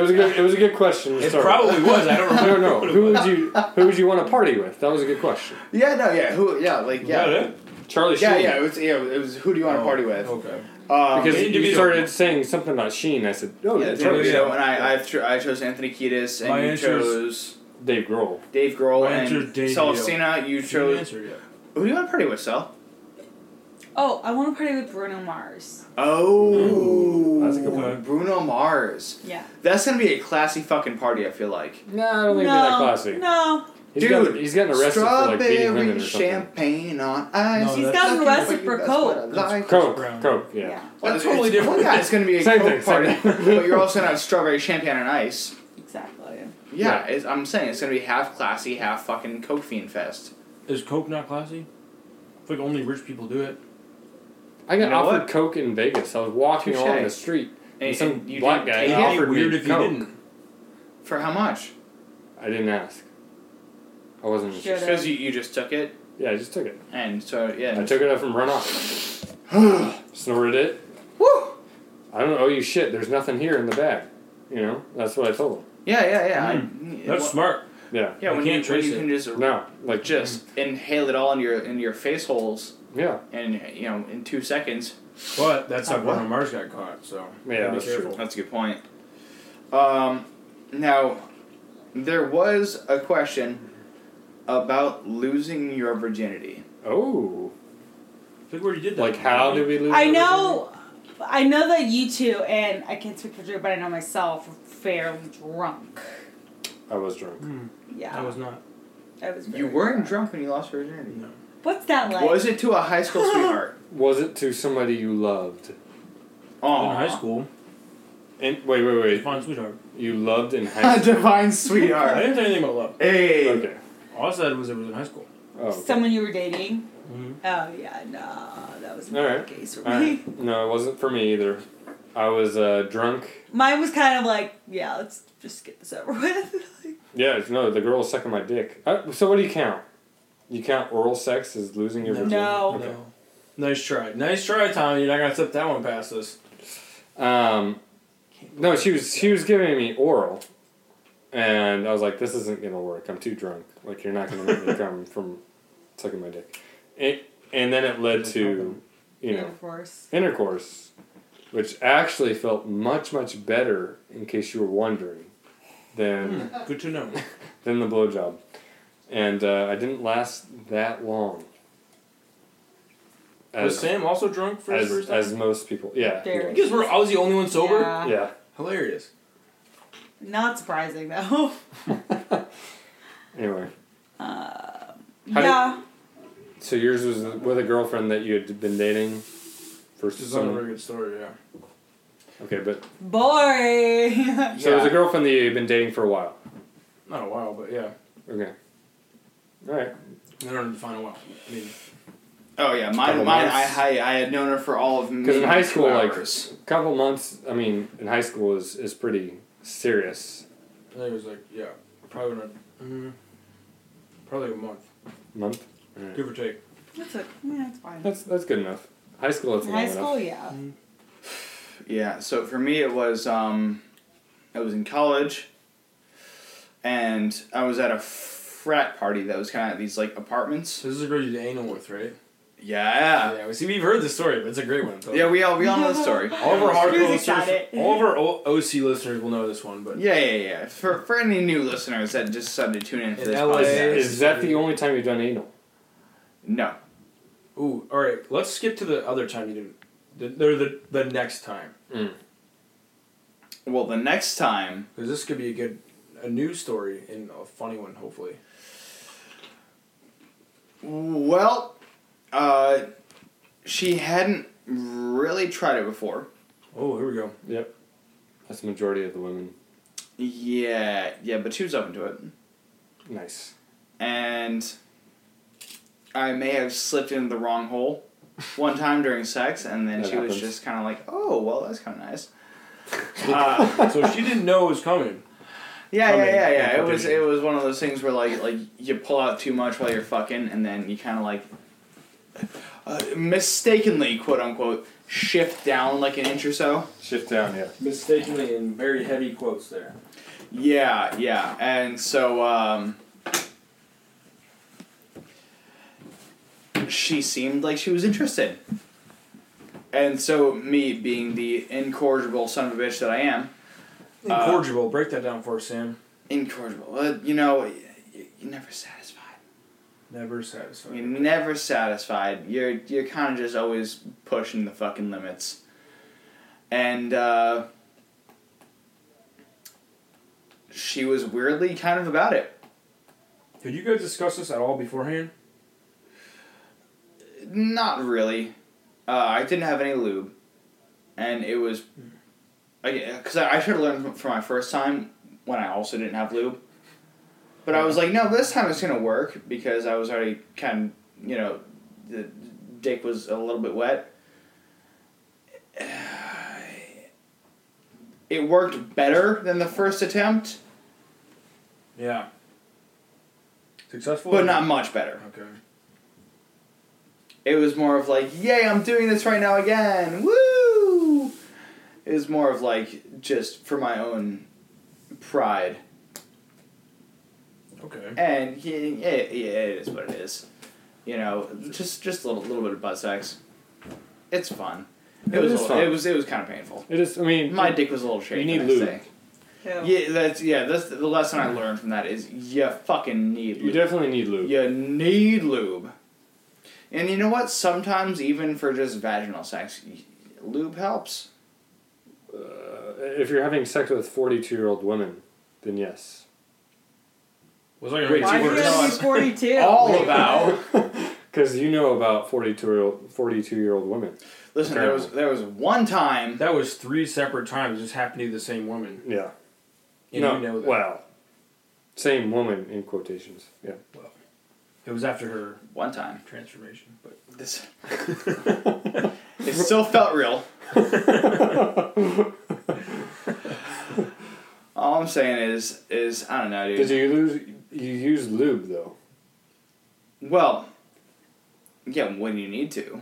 C: was a good it was a good question.
D: It probably was. I don't
C: I
D: remember.
C: don't know who would you who would you want to party with? That was a good question.
B: Yeah, no, yeah, who, yeah, like,
D: Is that
B: yeah,
D: it?
C: Charlie
B: yeah,
C: Sheen.
B: yeah. It was, yeah, it was. Who do you want to
D: Oh,
B: party with?
D: Okay.
B: Um,
C: Because
D: Anthony
C: you
D: DeVito.
C: started saying something about Sheen. I said, oh,
B: yeah,
C: that's
B: Dave
C: right.
D: yeah.
B: DeVito, and I, I've cho- I chose Anthony Kiedis, and
D: My
B: you
D: answer is-
B: chose
C: Dave Grohl.
B: Dave Grohl,
D: My answer is
B: and
D: Dave
B: Celestina. You chose
D: answer yet.
B: who do you want to party with, Cel?
E: Oh, I want to party with Bruno Mars.
B: Oh,
C: That's a good one.
B: Bruno Mars.
E: Yeah.
B: That's gonna be a classy fucking party. I feel like.
C: No, I don't think they're that
E: no,
C: classy.
E: no.
C: He's
B: Dude,
C: got, he's gotten arrested for like beating
B: Strawberry
C: women or something.
B: champagne on ice.
D: No, He's
E: that's- gotten arrested
B: That's what
E: for
B: I
E: coke.
B: like.
C: Coke,
D: Brown.
C: Coke, yeah.
B: Well,
D: That's
B: it's-
D: totally
B: it's-
D: different.
B: well, yeah, it's going to be a
C: Same
B: coke
C: thing,
B: party,
C: same thing.
B: but you're also gonna have strawberry champagne and ice.
E: Exactly.
B: Yeah, It's, I'm saying it's going to be half classy, half fucking coke fiend fest.
D: Is Coke not classy? It's like only rich people do it.
C: I got
B: You know
C: offered
B: what?
C: Coke in Vegas. I was walking
B: Touche.
C: along the street and,
B: And-
C: some
B: and you
C: black
B: didn't take it?
C: guy
D: It'd be
C: offered
D: weird
C: me
D: if
C: Coke.
D: you didn't.
B: For how much?
C: I didn't ask. I wasn't interested.
E: Should've.
B: Because you, you just took it,
C: Yeah, I just took it.
B: and so yeah.
C: I took it up from runoff. Snorted it.
B: Woo!
C: I don't owe you shit. There's nothing here in the bag. You know, that's what I told him.
B: Yeah, yeah, yeah. I-
C: Mm.
D: That's
B: well,
D: smart.
C: Yeah.
B: Yeah,
D: You
B: when
D: can't
B: you when
D: trace
B: you
D: it.
B: can just
C: No, Mm. like
B: just inhale it all into your into your face holes,
C: yeah,
B: and you know in two seconds.
D: But that's how
B: Oh, what?
D: Bruno Mars got caught, so.
C: Yeah,
D: gotta be
C: that's true.
D: careful.
B: That's a good point. Um, now, there was a question about losing your virginity.
C: Oh,
D: Look where you did that.
C: like how did we lose?
E: I
C: our
E: know, I know that you two and I can't speak for Drew, but I know myself were fairly drunk.
C: virginity? I was drunk.
E: Yeah,
D: Hmm, I was not.
E: I was
B: You
E: very
B: weren't drunk when you lost your virginity.
D: No.
E: What's that like?
B: Was it to a high school sweetheart?
C: Was it to somebody you loved?
B: Oh,
D: In high school.
C: And wait, wait, wait.
D: Fine sweetheart.
C: You loved in high school.
B: divine
D: I
B: sweetheart.
D: didn't say anything about love.
B: hey.
C: okay.
D: All I said was it was in high school.
C: Oh. okay. Mm-hmm.
E: someone you were dating?
D: Mhm.
E: Oh yeah, no, that was not
C: All right.
E: the case for me.
C: All right. No, it wasn't for me either. I was uh, drunk.
E: Mine was kind of like, yeah, let's just get this over with. Like,
C: Yeah, no, the girl was sucking my dick. Uh, so what do you count? You count oral sex as losing your
D: No.
C: virginity?
E: No.
C: Okay.
D: No. Nice try. Nice try, Tommy. You're not going to slip that one past us.
C: Um, no, she was she was giving me oral, and I was like, "This isn't gonna work. I'm too drunk. Like you're not gonna make me come from sucking my dick." It, and then it led to, you know,
E: intercourse.
C: intercourse, which actually felt much much better. In case you were wondering, than
D: Good to know.
C: than the blowjob, and uh, I didn't last that long.
D: was
C: As,
D: Sam also drunk for his
C: as,
D: first
C: as
D: time?
C: most people, yeah, he
E: Very.
C: was.
D: Because we're, I was the only one sober?
E: Yeah.
C: yeah.
D: Hilarious.
E: Not surprising though.
C: Anyway. How did-
E: yeah.
C: So yours was with a girlfriend that you had been dating for
D: This is not a
C: some.
D: very good story, yeah.
C: Okay, but
E: Boring.
C: so it was a
B: Yeah.
C: girlfriend that you had been dating for a while.
D: Not a while, but yeah.
C: Okay. All right.
D: I don't define a while. I mean,
B: Oh yeah, mine.
C: Couple
B: Mine. I,
C: months.
B: I I had known her for all of
C: Because in high school, like
B: hours.
C: a couple months. I mean, in high school is is pretty serious.
D: I think it was like, yeah, probably not. mm, probably a month,
C: Month. All right.
D: give or take.
E: That's a, yeah, it's fine.
C: That's that's good enough. High school. That's
E: In
C: long
E: high school,
C: enough.
E: yeah.
B: Yeah, so for me it was um I was in college and I was at a frat party that was kind of these like apartments.
D: So this is a girl you did anal with, right?
B: Yeah.
D: yeah, we see, we've heard the story, but it's a great one. So.
B: Yeah, we all we all know the story.
D: all of our
E: She was
D: hardcore listeners,
E: excited.
D: all of our o- OC listeners will know this one, but
B: Yeah, yeah, yeah. For for any new listeners that just decided to tune in for
D: In
B: this
D: LA.
B: podcast.
C: Is that the only time you've done anal?
B: No.
D: ooh, all right, let's skip to the other time you did. The, or the the next time,
B: Well, the next time
D: because this could be a good, a new story and a funny one, hopefully.
B: well uh she hadn't really tried it before.
D: Oh, here we go.
C: Yep. That's the majority of the women.
B: Yeah, yeah, but she was open to it.
C: Nice.
B: and I may have slipped into the wrong hole one time during sex, and then
C: That
B: she was
C: happens.
B: just kind of like, "Oh, well, that's kind of nice." Uh,
D: so she didn't know it was coming.
B: yeah, yeah,
D: Coming
B: yeah, yeah. It was
D: competition.
B: it was one of those things where like like you pull out too much while you're fucking, and then you kind of like uh, mistakenly, quote unquote, shift down like an inch or so.
C: Shift down. Yeah.
D: Mistakenly in very heavy quotes there.
B: Yeah, yeah, and so um, she seemed like she was interested, And so, me being the incorrigible son of a bitch that I am, Uh,
D: Incorrigible. Break that down for us, Sam.
B: incorrigible. Well, you know, y- y- you're never satisfied.
D: Never satisfied.
B: You're never satisfied. You're you're kind of just always pushing the fucking limits. And uh, she was weirdly kind of about it.
D: Did you guys discuss this at all beforehand?
B: Not really. Uh, I didn't have any lube, and it was, I because I, I should have learned from- from my first time when I also didn't have lube. But I was like, no, this time it's gonna work because I was already kind of, you know, the dick was a little bit wet. It worked better than the first attempt,
D: Yeah. Successful?
B: but not much better.
D: Okay.
B: It was more of like, yay, I'm doing this right now again. Woo! It was more of like, just for my own pride.
D: Okay.
B: And yeah, it, yeah, it is what it is. You know, just just a little, little bit of butt sex. It's fun. It,
C: It
B: was a
C: is
B: little-
C: fun.
B: It was it was kind of painful.
C: It is. I mean,
B: My dick was a little shaky.
C: need
B: the next
C: lube.
B: day.
E: Too.
B: Yeah, that's yeah. That's the lesson I learned from that is you fucking need.
C: You
B: Lube.
C: definitely need lube.
B: You need lube. And you know what? Sometimes, even for just vaginal sex, y- lube helps.
C: Uh, if you're having sex with 42 year old women, then yes.
D: Was I
F: Wait,
D: going
F: two
E: Why do you
F: words.
E: gotta be 42?
B: All about.
C: Because you know about 42 year old 42 year old women.
B: Listen, there was there was one time.
D: That was three separate times. It just happened to be the same woman.
C: Yeah.
D: And
C: no.
D: you know that.
C: Well, same woman in quotations. Yeah.
D: It was after her
B: One time.
D: transformation. But
B: This. it still felt real. All I'm saying is, is I don't know, dude.
C: Did you lose? You use lube though.
B: Well, yeah, when you need to.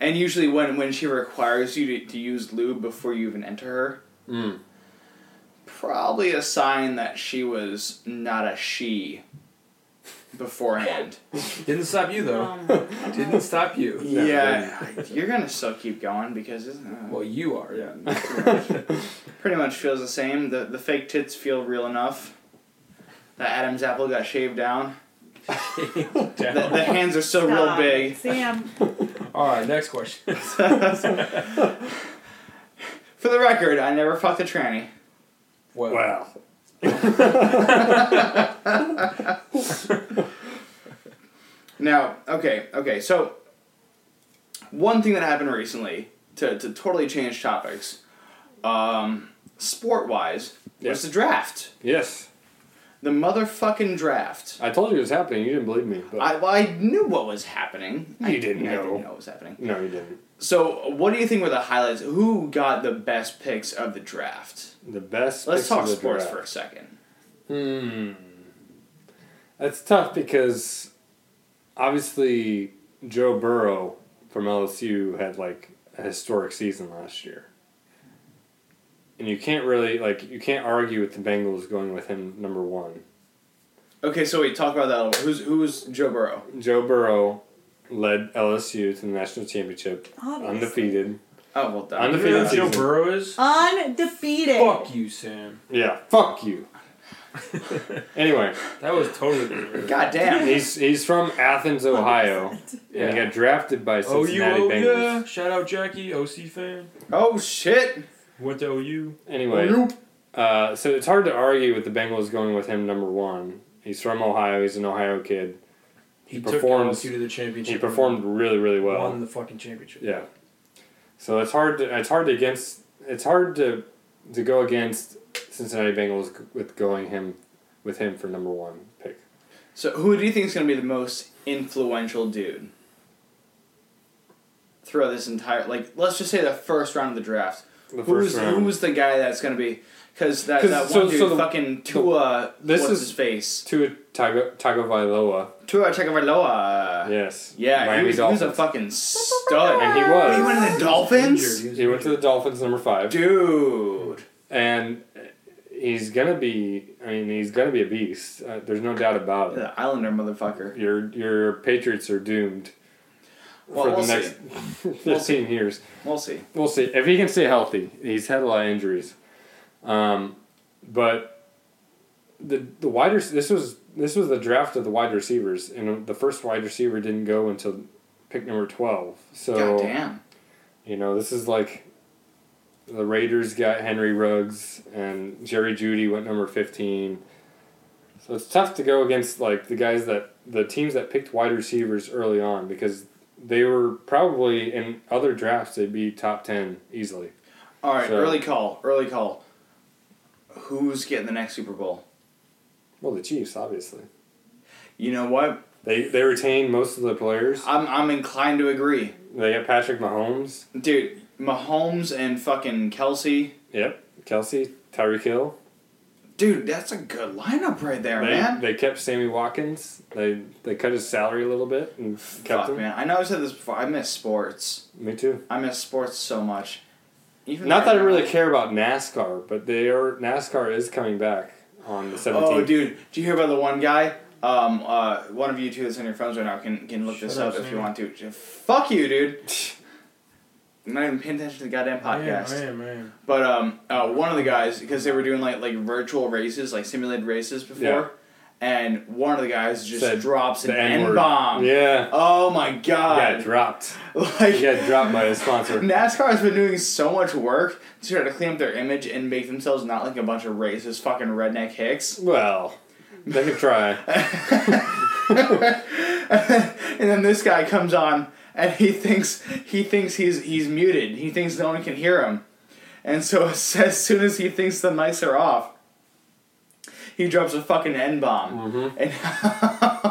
B: And usually when, when she requires you to, to use lube before you even enter her, Hmm.
C: Mm.
B: probably a sign that she was not a she beforehand.
D: didn't stop you, though.
E: Um, I don't know.
D: Didn't stop you.
B: yeah, you're gonna still keep going because isn't it?
D: Well, you are, yeah.
B: pretty much feels the same. The the fake tits feel real enough. The Adam's apple got shaved down. The, the hands are still real
E: Stop.
B: big.
E: Sam,
D: All right, next question.
B: For the record, I never fucked a tranny.
D: Well,
C: Wow.
B: Now, okay, okay, so one thing that happened recently to, to totally change topics, um, sport wise, was the draft.
C: Yes.
B: The motherfucking draft.
C: I told you it was happening. You didn't believe me. But
B: I, well, I knew what was happening. I,
C: You didn't
B: I
C: know.
B: didn't know what was happening.
C: no, you didn't.
B: So, what do you think were the highlights? Who got the best picks of the draft?
C: The best.
B: Let's
C: picks
B: talk
C: of the
B: sports
C: draft.
B: for a second.
C: Hmm. That's tough because obviously Joe Burrow from LSU had like a historic season last year. And you can't really like you can't argue with the Bengals going with him number 1.
B: Okay, so wait, talk about that a little bit. Who's, who's Joe Burrow?
C: Joe Burrow led LSU to the national championship
E: obviously.
C: undefeated.
B: Oh, well done.
D: You know
C: Undefeated
D: who Joe
C: season.
D: Burrow is?
E: Undefeated.
D: Fuck you, Sam.
C: Yeah, fuck you. anyway,
D: That was totally weird.
B: God damn.
C: he's he's from Athens, Ohio, and he
D: Yeah.
C: got drafted by
D: OU,
C: Cincinnati
D: oh,
C: Bengals.
D: yeah. Shout out Jackie, OC fan.
B: Oh, shit.
D: Went to OU.
B: Oh,
C: Anyway, Uh, so it's hard to argue with the Bengals going with him number one. He's from Ohio. He's an Ohio kid.
D: He,
C: performed-
D: took LSU to the championship.
C: He performed really, really
D: and
C: well.
D: Won the fucking championship.
C: Yeah. So it's hard to it's hard to against it's hard to to go against Cincinnati Bengals g- with going him with him for number one pick.
B: So, who do you think is going to be the most influential dude throughout this entire, like, let's just say the first round of the draft?
C: The
B: who's,
C: first round.
B: who's the guy that's going to be? Because that,
C: 'Cause
B: that one
C: so-
B: dude,
C: so the-
B: fucking Tua,
C: this
B: what's
C: is-
B: his face?
C: Tua Tago- Tagovailoa.
B: Tua Tagovailoa.
C: Yes.
B: Yeah,
C: Miami
B: he, was, he was
C: Dolphins.
B: a fucking stud.
C: and he
B: He
C: was.
B: went to the Dolphins?
C: He went to the Dolphins number five.
B: Dude.
C: And he's gonna be. I mean, he's gonna be a beast. Uh, there's no doubt about it.
B: The Islander motherfucker.
C: Your your Patriots are doomed.
B: Well,
C: for
B: we'll
C: the
B: see.
C: next 15 years.
B: We'll see.
C: We'll see. If he can stay healthy, he's had a lot of injuries. Um, but the the wide rec- this was this was the draft of the wide receivers, and the first wide receiver didn't go until pick number 12. So
B: God damn.
C: you know, this is like the Raiders got Henry Ruggs and Jerry Judy went number 15. So it's tough to go against like the guys that the teams that picked wide receivers early on because they were probably in other drafts they'd be top 10 easily.
B: All right,
C: So-
B: early call. Early call. Who's getting the next Super Bowl?
C: Well, the Chiefs obviously.
B: You know what?
C: They they retain most of the players.
B: I'm I'm inclined to agree,
C: They got Patrick Mahomes.
B: dude. Mahomes and fucking Kelsey,
C: Yep. Kelsey, Tyreek Hill.
B: dude. That's a good lineup right there,
C: They,
B: man.
C: they kept Sammy Watkins. They they cut his salary a little bit and kept
B: Fuck,
C: him.
B: man. I know I said this before. I miss sports.
C: Me too.
B: I miss sports so much. Even
C: Not
B: right
C: that I
B: now-
C: really care about NASCAR, but they are NASCAR is coming back on the seventeenth.
B: Oh, dude, do you hear about the one guy? Um, uh, one of you two that's on your phones right now can can look this
D: Shut
B: up
D: up,
B: if you
D: Sam.
B: want to. J- Fuck you, dude. I'm not even paying attention to the goddamn
D: Oh,
B: podcast.
D: I am, I am.
B: But um, uh, one of the guys because they were doing like like virtual races, like simulated races before,
C: Yeah.
B: and one of the guys just
C: Said
B: drops an
C: the N-word.
B: N bomb.
C: Yeah.
B: Oh my
C: He got
B: god!
C: dropped.
B: Like
C: He got dropped by his sponsor.
B: NASCAR has been doing so much work to try to clean up their image and make themselves not like a bunch of racist fucking redneck hicks.
C: Well, they could try.
B: and then this guy comes on and he thinks he thinks he's he's muted. He thinks no one can hear him. And so as soon as he thinks the mics are off, he drops a fucking N bomb. And now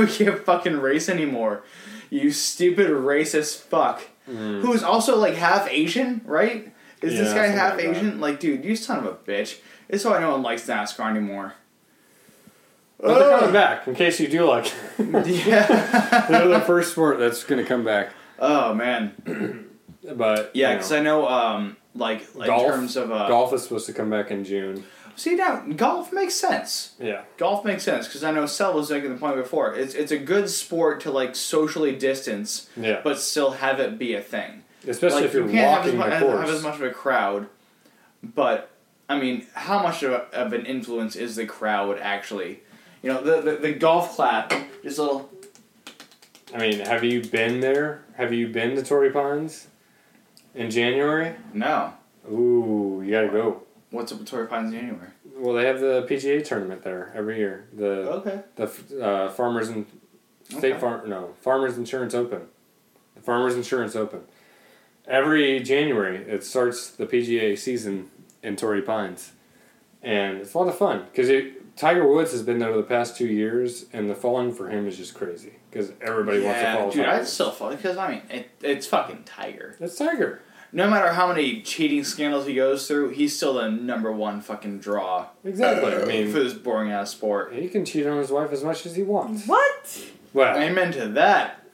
B: we can't fucking race anymore. You stupid racist fuck. Who is also like half Asian, right? Is this
C: Mm. Yeah,
B: guy
C: something
B: half
C: like that.
B: Asian? Like, dude, you son of a bitch. It's why no one likes NASCAR anymore.
C: But
B: Oh.
C: they're coming back. In case you do like,
B: yeah.
C: they're the first sport that's going to come back.
B: Oh man.
C: But
B: Yeah,
C: you
B: because
C: know,
B: I know, um, like, like
C: Golf?
B: in terms of uh,
C: golf is supposed to come back in June.
B: see now golf makes sense.
C: Yeah.
B: Golf makes sense because I know Sel was making the point before. It's it's a good sport to like socially distance,
C: Yeah.
B: but still have it be a thing.
C: Especially
B: like
C: if you're
B: you can't have as,
C: walking
B: mu-
C: the
B: have,
C: course.
B: have as much of a crowd, but I mean, how much of, a, of an influence is the crowd actually? You know, the the, the golf clap, just a little.
C: I mean, have you been there? Have you been to Torrey Pines in January?
B: No,
C: Ooh, you gotta go.
B: what's up with Torrey Pines in January?
C: Well, they have the PGA tournament there every year. The
B: Okay,
C: the f- uh, farmers and state
B: Okay.
C: farm no farmers insurance open, the farmers insurance open. Every January, it starts the PGA season in Torrey Pines, and it's a lot of fun because Tiger Woods has been there the past two years, and the following for him is just crazy because everybody wants to
B: yeah,
C: follow
B: dude,
C: Tiger.
B: I'd still follow because I mean, it, it's fucking Tiger.
C: It's Tiger.
B: No matter how many cheating scandals he goes through, he's still the number one fucking draw
C: Exactly. I
B: Uh, for
C: mean,
B: this boring ass sport.
C: he can cheat on his wife as much as he wants.
E: What?
C: Well,
B: Amen to that.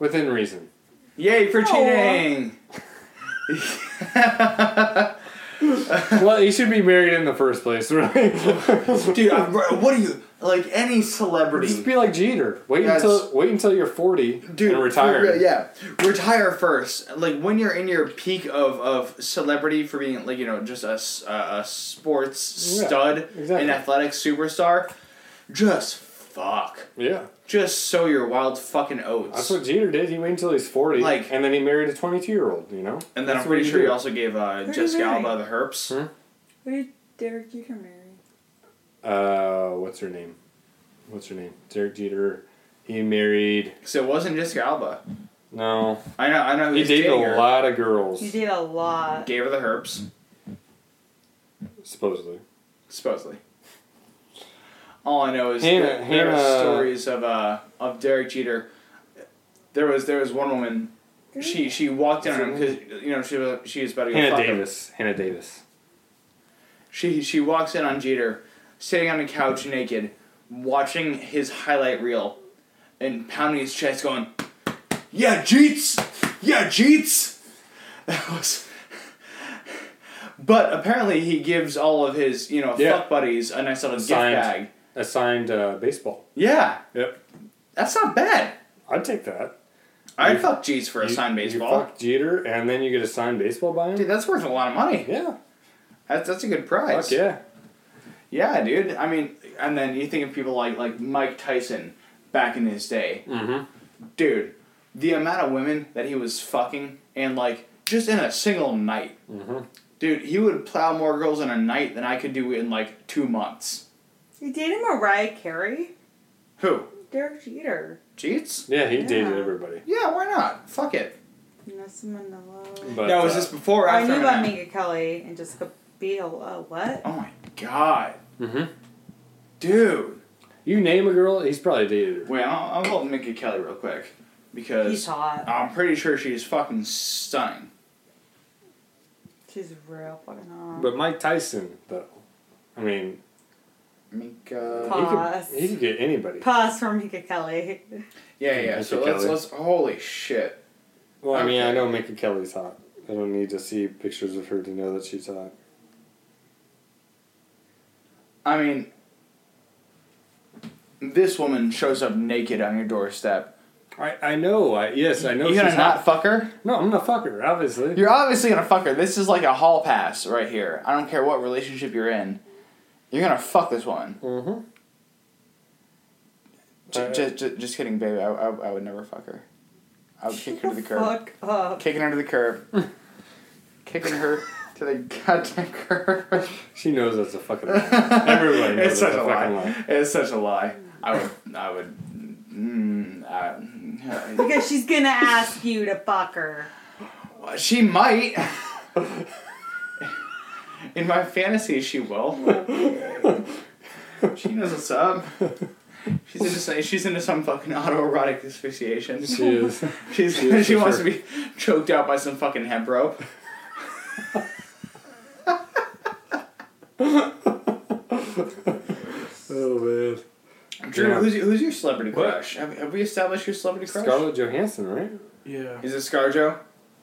C: within reason.
B: Yay for
E: Aw.
B: cheating!
C: Well, he should be married in the first place, really.
B: Dude, i what do you like? Any
C: Just
B: celebrity,
C: be like Jeter. Wait
B: Yes.
C: until wait until you're forty
B: dude,
C: and retire.
B: for real, yeah, retire first. Like when you're in your peak of, of celebrity for being like you know just a s- a, a sports
C: Yeah,
B: stud,
C: exactly.
B: an athletic superstar, just fuck.
C: Yeah.
B: Just sow your wild fucking oats.
C: That's what Jeter did. He waited until he's forty,
B: Like-
C: and then he married a twenty-two-year-old. You know.
B: And then
C: That's
B: I'm
C: what
B: pretty sure
C: do.
B: he also gave uh,
E: you
B: Jessica
E: married?
B: Alba the herpes.
C: Hmm?
E: Who did Derek Jeter marry?
C: Uh, what's her name? What's her name? Derek Jeter. He married.
B: So it wasn't Jessica Alba.
C: No.
B: I know. I know.
C: He
B: who's
C: dated
B: dating
C: a
B: her.
C: lot of girls,
E: You did a lot.
B: Gave her the herpes,
C: supposedly.
B: supposedly. All I know is
C: Hannah-
B: there, there are
C: Hannah-
B: stories of uh of Derek Jeter. There was there was one woman. She she walked in on him because you know she was she was about to go
C: Hannah
B: fuck him.
C: Davis. Hannah Davis.
B: She she walks in on Jeter, sitting on a couch naked, watching his highlight reel, and pounding his chest, going, "Yeah, Jeets, yeah, Jeets." That was. But apparently, he gives all of his you know
C: Yeah.
B: fuck buddies a nice little
C: Signed.
B: gift bag.
C: Assigned uh, baseball.
B: Yeah,
C: Yep.
B: that's not bad.
C: I'd take that.
B: I'd
C: You-
B: fuck G's for a
C: You-
B: signed
C: You
B: baseball.
C: fuck Jeter, and then you get a signed baseball by him.
B: Dude, that's worth a lot of money.
C: yeah,
B: That's that's a good prize.
C: fuck yeah.
B: Yeah, dude. I mean, and then you think of people like like Mike Tyson back in his day,
C: Mm-hmm.
B: dude. The amount of women that he was fucking and like just in a single night,
C: Mhm.
B: dude. He would plow more girls in a night than I could do in like two months.
E: You dated Mariah Carey?
B: Who?
E: Derek Jeter.
B: Jeets?
C: Yeah, he dated
E: Yeah.
C: everybody.
B: Yeah, why not? Fuck it.
E: Nelson Mandela.
C: But,
B: no, was
C: uh,
B: this before or
E: I
B: after?
E: knew about
B: Eminem?
E: Mika Kelly and Jessica Biel. Oh, what?
B: Oh my god,
C: mhm.
B: dude.
C: You name a girl, he's probably dated her.
B: Wait, I'll, I'll call Mickey Kelly real quick
E: He's
B: because
E: hot.
B: I'm pretty sure she's fucking stunning.
E: She's real fucking hot.
C: But Mike Tyson, though, I mean,
B: Mika.
E: Fuck. Pause.
C: he could he could get anybody.
E: Pause for Mika Kelly.
B: Yeah, yeah.
C: Mika
B: so let's
C: Kelly.
B: let's. Holy shit.
C: Well, I mean, I
B: Okay.
C: know Mika Kelly's hot. I don't need to see pictures of her to know that she's hot.
B: I mean, this woman shows up naked on your doorstep.
C: I, I know. I yes, I know.
B: you
C: she's
B: gonna not
C: hot.
B: fuck her?
C: No, I'm gonna fuck her. Obviously.
B: You're obviously gonna fuck her. This is like a hall pass right here. I don't care what relationship you're in. You're gonna fuck this woman.
C: mm-hmm.
B: J- j- j- just kidding, baby. I, I, I would never fuck her. I would kick her to the curb.
E: Fuck up.
B: Kicking her to the curb. Kicking her to the goddamn curb.
C: She knows that's a fucking lie. Everyone knows
B: it's
C: that's
B: such
C: a
B: a lie.
C: fucking lie.
B: It's such a lie. I would. I would. Mm, I,
E: Because she's gonna ask you to fuck her.
B: Uh, she might. In my fantasy, she will. she knows what's up. She's into some- she's into some fucking autoerotic asphyxiation.
C: She is.
B: She's,
C: She is
B: she
C: for
B: wants
C: sure.
B: to be choked out by some fucking hemp rope.
C: Oh man.
B: Drew,
C: Yeah.
B: who's, who's your celebrity
C: What?
B: crush? Have, have we established your celebrity crush?
C: Scarlett Johansson, right?
D: Yeah.
B: Is it ScarJo?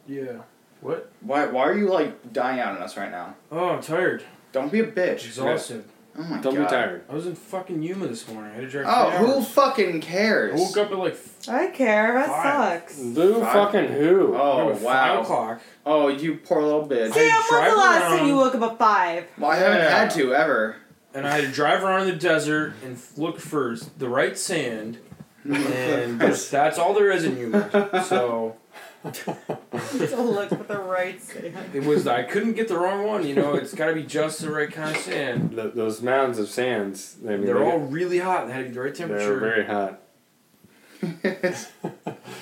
D: Yeah. What?
B: Why why are you like dying out on us right now?
D: Oh, I'm tired.
B: Don't be a bitch.
D: Exhausted.
B: Oh my
C: Don't
B: god.
C: be tired.
D: I was in fucking Yuma this morning. I had to drive.
B: Oh,
D: three
B: who
D: hours.
B: fucking cares?
D: I woke up at like f-
E: I don't care. That
D: Fine.
E: sucks.
C: Lou
B: Fuck.
C: fucking who?
B: Oh
D: remember, five
B: wow.
D: o'clock.
B: Oh, you poor little bitch.
E: Sam, when's
D: drive
E: the last time
D: around-
E: you woke up at five?
B: Well, I haven't
D: Yeah.
B: had to ever.
D: and I had to drive around in the desert and f- look for s- the right sand, and just- that's all there is in Yuma. So
E: to look for the right sand.
D: it was I couldn't get the wrong one. You know, it's got to be just the right kind of sand.
C: Th- those mounds of sands. I mean,
D: They're
C: they-
D: all really hot. They had to be the right
C: They're
D: temperature.
C: very hot.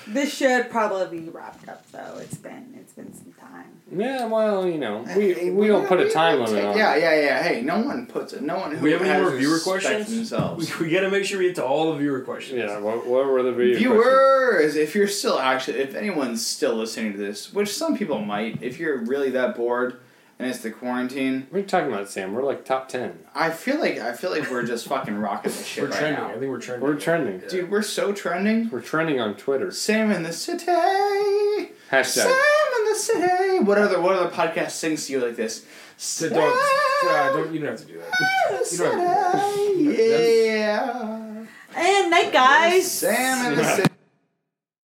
E: This should probably be wrapped up though. It's been it's been some time.
C: Yeah, well, you know, we
B: Hey,
C: we don't put a
B: we
C: time
B: don't
C: limit
B: take-
C: on.
B: Yeah,
C: it.
B: yeah, yeah. Hey, no one puts it. No one who
D: We have any
B: has
D: more viewer
B: respect for
D: questions?
B: Themselves.
D: We, we got to make sure we get to all the viewer questions.
C: Yeah. What, what were the video questions?
B: Viewers, if you're still actually, if anyone's still listening to this, which some people might, if you're really that bored and it's the quarantine,
C: What are you talking about, Sam? We're like top ten.
B: I feel like I feel like we're just fucking rocking this shit
D: We're
B: right
D: trending.
B: now.
D: I think we're trending.
C: We're trending.
B: Dude, we're so trending.
C: We're trending on Twitter.
B: Sam in the city. Sam
C: Hashtag.
B: in the city. What other what other podcast sings to you like this?
D: So
B: Sam
D: don't, uh, don't, you don't have to do that.
B: in the
D: you don't have
B: city. Yeah. É.
E: And night, guys.
B: Sam in the city.